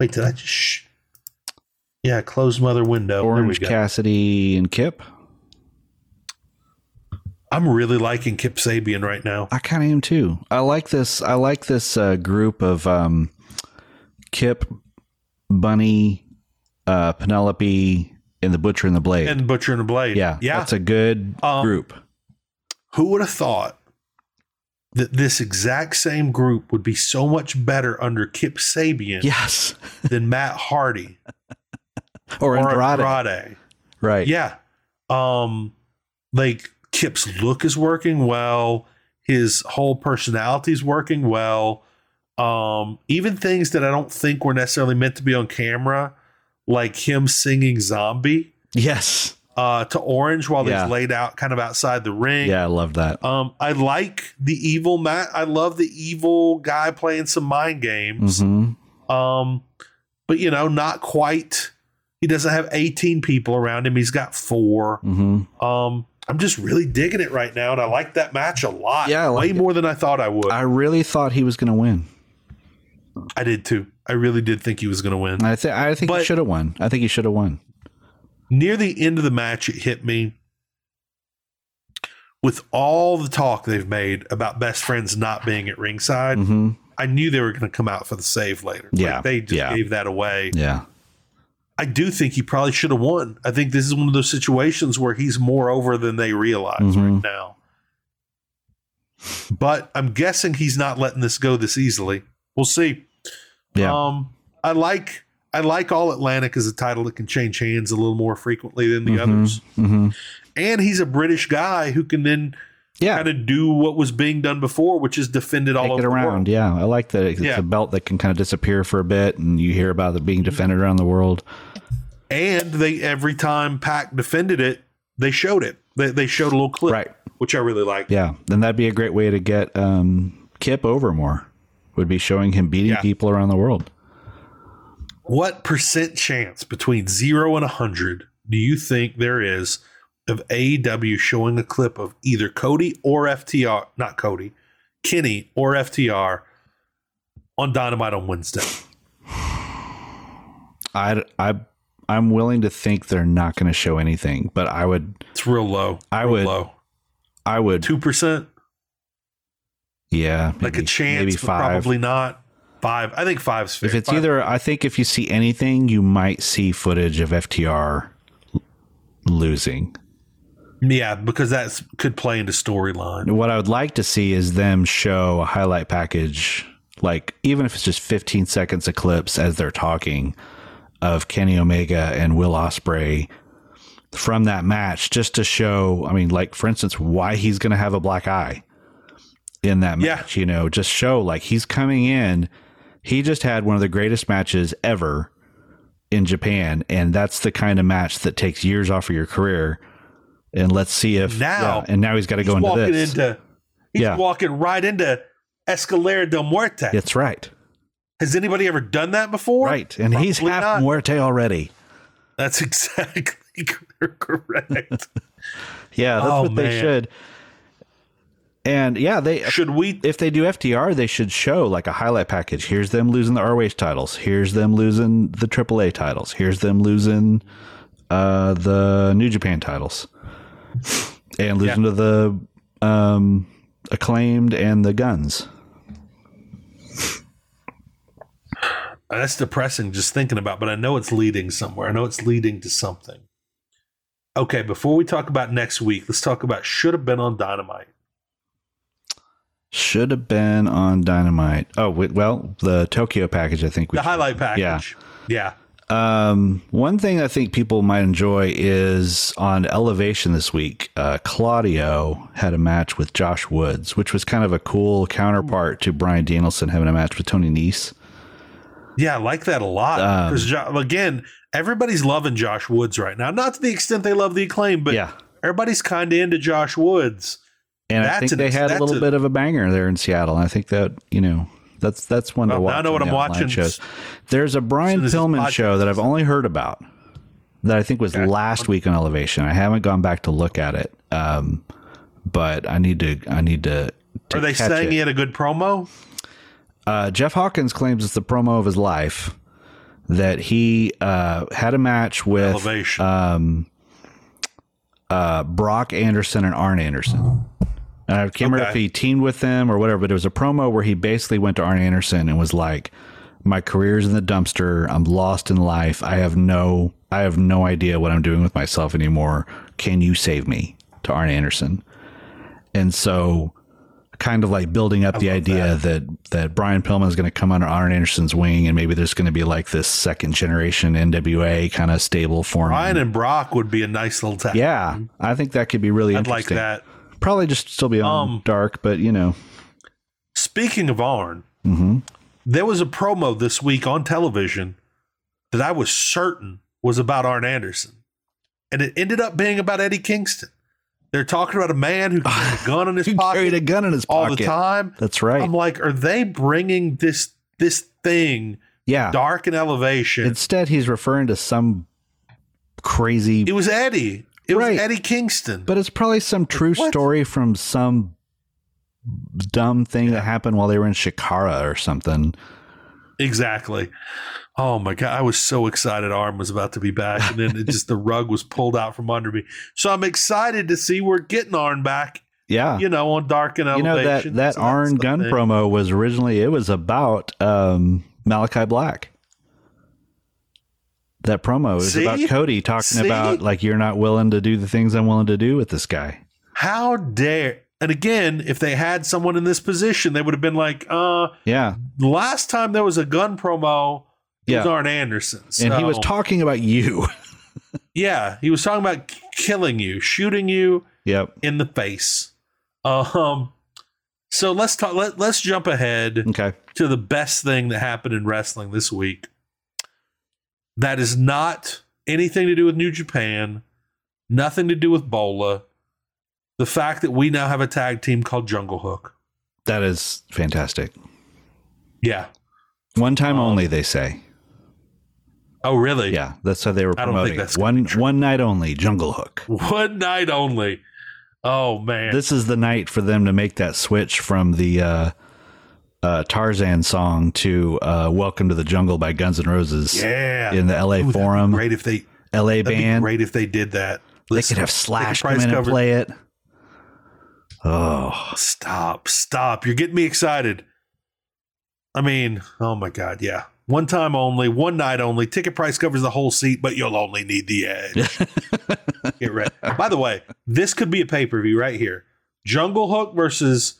Wait, did I just? Shh. Yeah, close mother window. There we
Orange
go.
Cassidy and Kip.
I'm really liking Kip Sabian right now.
I kind of am too. I like this. I like this uh, group of um, Kip, Bunny, uh, Penelope, and the Butcher and the Blade.
And Butcher and the Blade.
yeah,
yeah.
that's a good
Um,
group.
Who would have thought that this exact same group would be so much better under Kip Sabian
Yes,
than Matt Hardy
or,
or
Andrade.
Andrade?
right?
Yeah. Um, like Kip's look is working well. His whole personality is working well. Um, even things that I don't think were necessarily meant to be on camera, like him singing "Zombie"
Yes.
uh, to Orange while
Yeah.
he's laid out kind of outside the ring.
Yeah, I love that.
Um, I like the evil Matt. I love the evil guy playing some mind games.
hmm
Um, but you know, not quite. He doesn't have 18 people around him. He's got four.
hmm
Um, I'm just really digging it right now, and I like that match a lot.
Yeah, I like
way
it.
more than I thought I would. I,
I really thought he was going to win.
did too. I really did think he was going to win.
I think. I think he
But-
should have won. I think he should have won.
Near the end of the match, it hit me. With all the talk they've made about best friends not being at ringside,
hmm
I knew they were going to come out for the save later. Like,
Yeah,
they just
yeah.
gave that away.
Yeah.
I do think he probably should have won. I think this is one of those situations where he's more over than they realize
Mhm.
right now. But I'm guessing he's not letting this go this easily. We'll see.
Yeah.
Um, I like I like All Atlantic as a title that can change hands a little more frequently than the
Mhm.
others.
hmm
And he's a British guy who can then
Yeah.
kind of do what was being done before, which is defended all
Take
over
it
the
around.
world.
Yeah, I like that. It's
Yeah. Mm-hmm.
a belt that can kind of disappear for a bit, and you hear about it being defended around the world.
and they every time Pac defended it, they showed it. They, they showed a little clip,
Right.
which I really like.
Yeah, then that'd be a great way to get um, Kip over more. Would be showing him beating
Yeah.
people around the world.
What percent chance between zero and a hundred do you think there is of AEW showing a clip of either Cody or FTR, not Cody, Kenny or FTR on Dynamite on Wednesday?
I I I'm willing to think they're not going to show anything, but I would
It's real low.
I
real
would-
low
I would
two percent,
yeah
like a
maybe-
chance,
maybe
but
five.
probably not five. I think five's fair.
if it's
Five-
either I think if you see anything, you might see footage of FTR l- losing.
yeah, because that could play into storyline.
What I would like to see is them show a highlight package, like even if it's just 15 seconds of clips as they're talking of Kenny Omega and Will Osprey from that match, just to show, I mean, like for instance, why he's going to have a black eye in that
Yeah.
match, you know, just show like he's coming in. He just had one of the greatest matches ever in Japan, and that's the kind of match that takes years off of your career. And let's see if
Now-
yeah, and now he's got to go into
walking
this.
into he's
Yeah.
walking right into Escalera del Muerte.
That's right.
Has anybody ever done that before?
Right. And he's
Probably
half
not.
Muerte already.
That's exactly You're correct.
Yeah, that's
Oh,
what they
man.
should. And yeah, they
Should we?
if they do FDR, they should show like a highlight package. Here's them losing the ROH titles. Here's them losing the AAA titles. Here's them losing uh, the New Japan titles, and losing to the um, acclaimed and the Guns.
That's depressing just thinking about, but I know it's leading somewhere. I know it's leading to something. Okay, before we talk about next week, let's talk about should have been on Dynamite.
Should have been on Dynamite. Oh, wait, well, the Tokyo package. I think we
The
should-
highlight
Yeah.
package. Yeah.
Um, one thing I think people might enjoy is on Elevation this week. Uh, Claudio had a match with Josh Woods, which was kind of a cool counterpart to Brian Danielson having a match with Tony Nese.
Yeah, I like that a lot.
Um,
Because again, everybody's loving Josh Woods right now. Not to the extent they love the acclaim, but
yeah,
everybody's kind of into Josh Woods.
and I
that's
think
an-
they had a
that's
little
a-
bit of a banger there in Seattle. I think that you know that's that's one to
Well, now I
watch.
know what
on the
I'm
online
watching.
Shows. There's a Brian
soon as this
Pillman
podcast
show that I've only heard about that I think was last week on Elevation. I haven't gone back to look at it, um, but I need to. I need to. to
Are they
catch
saying
it.
he had a good promo?
Uh, Jeff Hawkins claims it's the promo of his life that he uh, had a match with
Elevation.
um, uh, Brock Anderson and Arn Anderson. And I can't remember if
Okay.
he teamed with them or whatever, but it was a promo where he basically went to Arn Anderson and was like, "My career's in the dumpster. I'm lost in life. I have no, I have no idea what I'm doing with myself anymore. Can you save me?" To Arn Anderson, and so kind of like building up the idea that. that Brian Pillman is going to come under Arn Anderson's wing, and maybe there's going to be like this second generation NWA kind of stable form.
Ryan and Brock would be a nice little tag.
Yeah, I think that could be really
I'd like
interesting.
that.
Probably just still be on
Um,
dark, but you know,
Speaking of Arn,
Mhm.
there was a promo this week on television that I was certain was about Arn Anderson. And it ended up being about Eddie Kingston. They're talking about a man who carried a gun in his
he carried a
pocket
gun in his
all
pocket.
the time.
That's right.
I'm like, are they bringing this this thing
yeah.
dark and elevation?
Instead, he's referring to some crazy,
it was Eddie. It
Right.
was Eddie Kingston.
but it's probably some true
what?
story from some dumb thing that happened while they were in Shikara or something.
Exactly. Oh my god, I was so excited Arm was about to be back and then it just the rug was pulled out from under me. So I'm excited to see we're getting Arn back,
Yeah.
you know, on Dark and
You know that
Elevation.
that
So that's
Arn
the
gun
thing.
promo was originally it was about um, Malachi Black. That promo was
See?
about Cody talking
See?
about like you're not willing to do the things I'm willing to do with this guy.
How dare and again, if they had someone in this position, they would have been like, uh,
Yeah,
last time there was a gun promo, it was
Yeah.
Arn Anderson.
and he was
So,
talking about you.
Yeah, he was talking about k- killing you, shooting you,
yep.
in the face. Um, so let's talk. Let, let's jump ahead
Okay.
to the best thing that happened in wrestling this week. That is not anything to do with New Japan, nothing to do with Bola. The fact that we now have a tag team called Jungle Hook.
That is fantastic.
Yeah.
One time
Um,
only, they say.
Oh, really?
Yeah, that's how they were
I don't think
promoting. it.
that's gonna
One
be true.
one night only, Jungle Hook.
One night only. Oh man.
This is the night for them to make that switch from the uh, uh, Tarzan song to uh, "Welcome to the Jungle" by Guns N' Roses
yeah.
in the
Ooh,
L.A.
that'd be
Forum,
Great if they.
L.A.
That'd be
band.
great if they did that.
They
Listen,
could have Slash
price
come in and
cover-
play it. Oh,
Stop, stop. You're getting me excited. I mean, oh my God, yeah. One time only, one night only. Ticket price covers the whole seat, but you'll only need the edge. Get ready. By the way, this could be a pay per view right here. Jungle Hook versus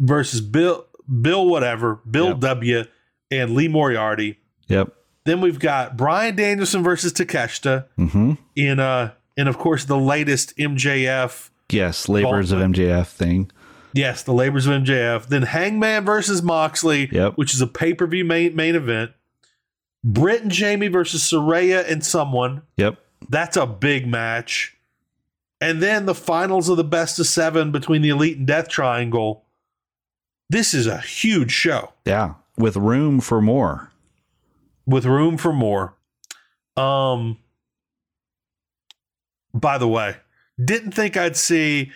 versus Bill Bill whatever Bill
Yep.
W and Lee Moriarty.
yep.
Then we've got Brian Danielson versus Takeshita
hmm
in uh and of course the latest MJF
Yes, labors of MJF thing.
Yes, the labors of MJF. Then Hangman versus Moxley,
Yep.
which is a pay per view main, main event. Britt and Jamie versus Soraya and someone.
Yep.
That's a big match. And then the finals of the best of seven between the Elite and Death Triangle. This is a huge show
Yeah, with room for more.
with room for more. Um, By the way, didn't think I'd see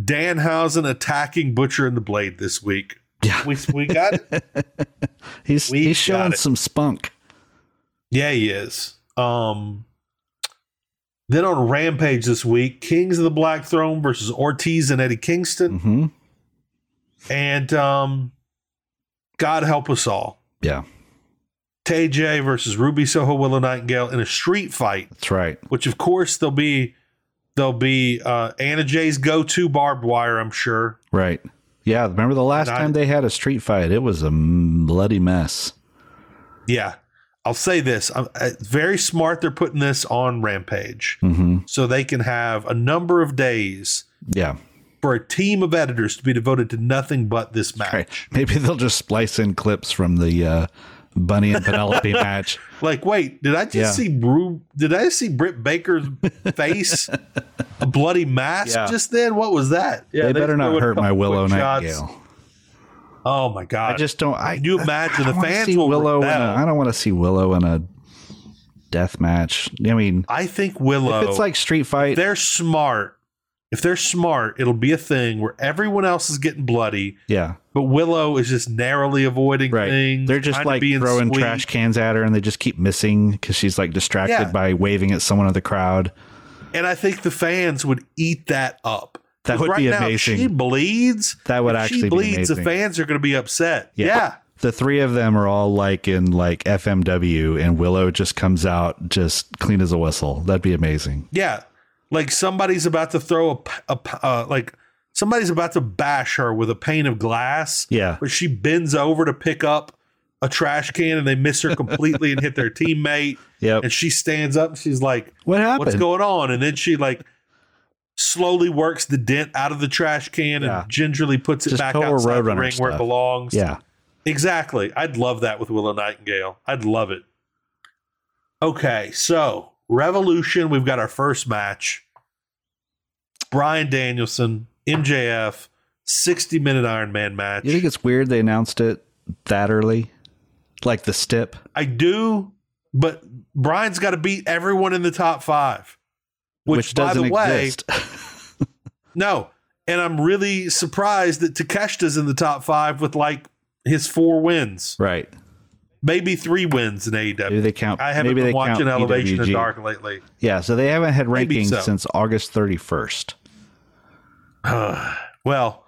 Danhausen attacking Butcher and the Blade this week.
Yeah.
We, we got it.
He's
We've
he's
got
showing
it.
some spunk.
Yeah, he is. Um, then on Rampage this week, Kings of the Black Throne versus Ortiz and Eddie Kingston,
hmm
and um, God help us all.
Yeah,
Tay J versus Ruby Soho Willow Nightingale in a street fight,
that's right.
which of course there'll be there'll be uh, Anna Jay's go-to barbed wire, I'm sure.
Right. Yeah. Remember the last
Not-
time they had a street fight? It was a m- bloody mess.
Yeah, I'll say this: I'm, uh, very smart. They're putting this on Rampage
hmm
so they can have a number of days
Yeah.
for a team of editors to be devoted to nothing but this match.
Right. Maybe they'll just splice in clips from the uh, Bunny and Penelope match.
Like, wait, did I just
Yeah.
see Brew? Did I see Britt Baker's face, a bloody mask
Yeah.
just then? What was that? Yeah,
they
they
better
threw
not
in a
hurt my
couple
Willow
quick shots.
Nightingale.
Oh my god!
I just don't. I
Can you imagine
I
the
don't wanna
fans
see
will
Willow. In a,
rebel.
I don't want to see Willow in a death match. I mean,
I think Willow.
if it's like street
if
fight.
they're smart. If they're smart, it'll be a thing where everyone else is getting bloody,
Yeah,
but Willow is just narrowly avoiding
right.
things.
They're just
trying to
like
be in
throwing
sweet.
trash cans at her, and they just keep missing because she's like distracted
Yeah.
by waving at someone in the crowd.
and I think the fans would eat that up.
That
'Cause
would
right
be
now, if
amazing.
she bleeds.
That would
if
actually
she
be
bleeds.
amazing.
the fans are going to be upset. Yeah.
Yeah. The three of them are all like in like FMW, and Willow just comes out just clean as a whistle. That'd be amazing.
Yeah. Like somebody's about to throw a, p- a p- uh, like somebody's about to bash her with a pane of glass.
Yeah.
But she bends over to pick up a trash can and they miss her completely and hit their teammate.
Yep.
And she stands up and she's like,
What happened?
what's going on? And then she like slowly works the dent out of the trash can
Yeah.
and gingerly puts it
Just
back
total
outside the
Roadrunner
ring where it
stuff.
belongs.
yeah.
Exactly. I'd love that with Willow Nightingale. I'd love it. Okay, so Revolution, we've got our first match. Brian Danielson, MJF, 60 minute Iron Man match.
You think it's weird they announced it that early? Like the stip?
I do, but Brian's got to beat everyone in the top five, which,
doesn't
by the way,
exist.
no. And I'm really surprised that Takeshita's in the top five with like his four wins,
right.
maybe three wins in AEW.
Maybe they count.
I haven't
maybe
been
they count E
watching Elevation
PWG.
and Dark lately.
Yeah, so they haven't had
Maybe
rankings
so.
since August 31st.
well,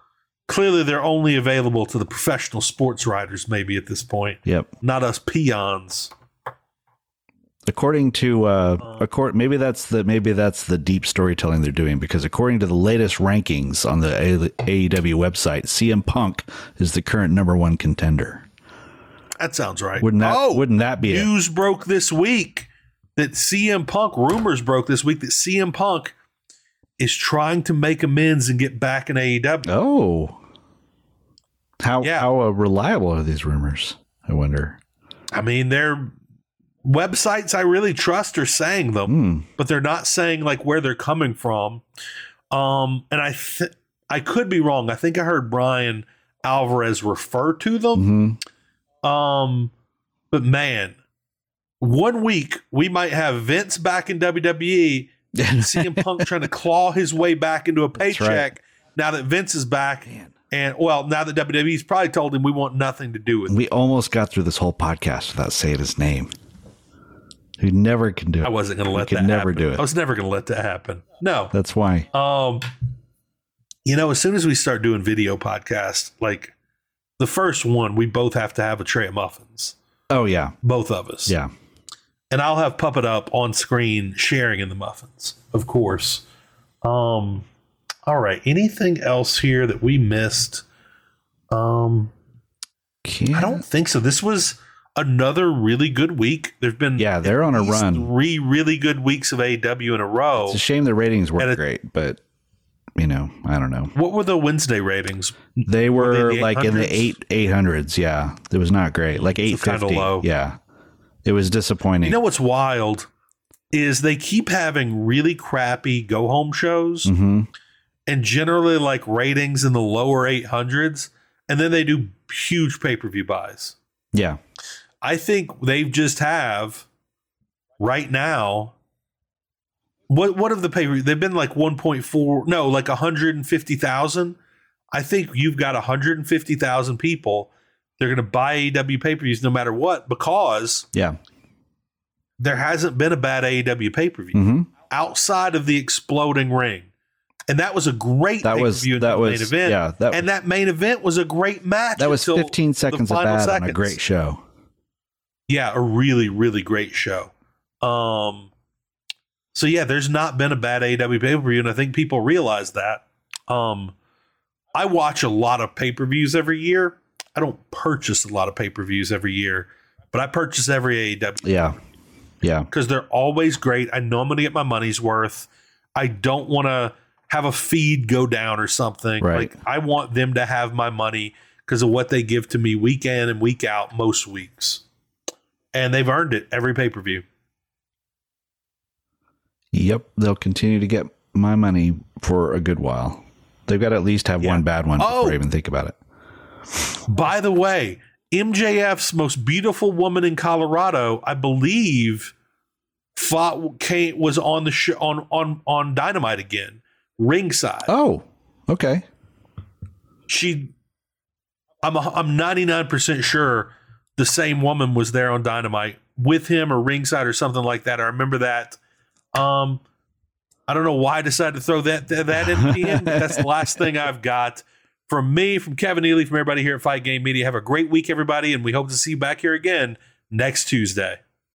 clearly they're only available to the professional sports writers, maybe at this point,
Yep.
not us peons.
According to uh, accord, maybe that's the maybe that's the deep storytelling they're doing because according to the latest rankings on the A- AEW website, CM Punk is the current number one contender.
That sounds right.
Wouldn't that
oh,
wouldn't that be it?
news broke this week that CM Punk rumors broke this week that CM Punk is trying to make amends and get back in E AEW.
Oh, how
Yeah.
how uh, reliable are these rumors? I wonder.
I mean, their websites I really trust are saying them,
Hmm.
but they're not saying like where they're coming from. Um, and I th- I could be wrong. I think I heard Brian Alvarez refer to them.
hmm
Um, but man, one week we might have Vince back in WWE, CM Punk trying to claw his way back into a
right.
paycheck. Now that Vince is back,
Man.
and well, now that WWE's probably told him we want nothing to do with it.
We almost got through this whole podcast without saying his name. Who never can do it.
I wasn't going to let
could
that
never
happen.
do it.
I was never going to let that happen. No.
That's why.
Um, you know, as soon as we start doing video podcasts, like the first one, we both have to have a tray of muffins,
Oh yeah,
both of us.
yeah.
and I'll have Puppet up on screen sharing in the muffins, of course. Um, all right. Anything else here that we missed? Um,
Can't,
I don't think so. This was another really good week. There've been
Yeah, they're on a
at least
run.
Three really good weeks of AW in a row.
It's a shame the ratings weren't
And it-
great, but you know, I don't know.
What were the Wednesday ratings?
They
they
were
the
like in the
800s?
eight eight hundreds. Yeah, it was not great. Like eight
it's kinda
fifty.
low.
Yeah, it was disappointing.
You know what's wild is they keep having really crappy go home shows.
hmm
and generally like ratings in the lower 800s and then they do huge pay-per-view buys
Yeah,
i think they just have right now What what of the pay? They've been like 1.4, no, like 150,000. I think you've got 150,000 people. They're going to buy AEW pay per views no matter what because
Yeah.
there hasn't been a E bad AEW pay per view
hmm
outside of the exploding ring. And that was a great
That was
pay-per-view and
that was
main event.
yeah that
and that main event was a great match.
that was
until
15
the
seconds of
final
that on a
seconds.
great show.
yeah, a really, really great show. Um, so yeah, there's not been a bad AW pay per view, and I think people realize that. Um, I watch a lot of pay per views every year. I don't purchase a lot of pay per views every year, but I purchase every E AEW
Yeah. Yeah.
because they're always great. I know I'm going to get my money's worth. I don't want to have a feed go down or something.
Right.
Like I want them to have my money because of what they give to me week in and week out most weeks. And they've earned it every pay-per-view.
Yep, they'll continue to get my money for a good while. They've got to at least have
Yeah.
one bad one before
Oh!
I even think about it.
By the way, MJF's most beautiful woman in Colorado, I believe, fought Kate was on the sh- on on on Dynamite again, ringside.
Oh, okay.
she I'm a, I'm 99% sure the same woman was there on Dynamite with him or ringside or something like that. I remember that. Um I don't know why I decided to throw that that, that in at the end. but That's the last thing I've got from me, from Kevin Ely, from everybody here at Fight Game Media. Have a great week, everybody, and we hope to see you back here again next Tuesday.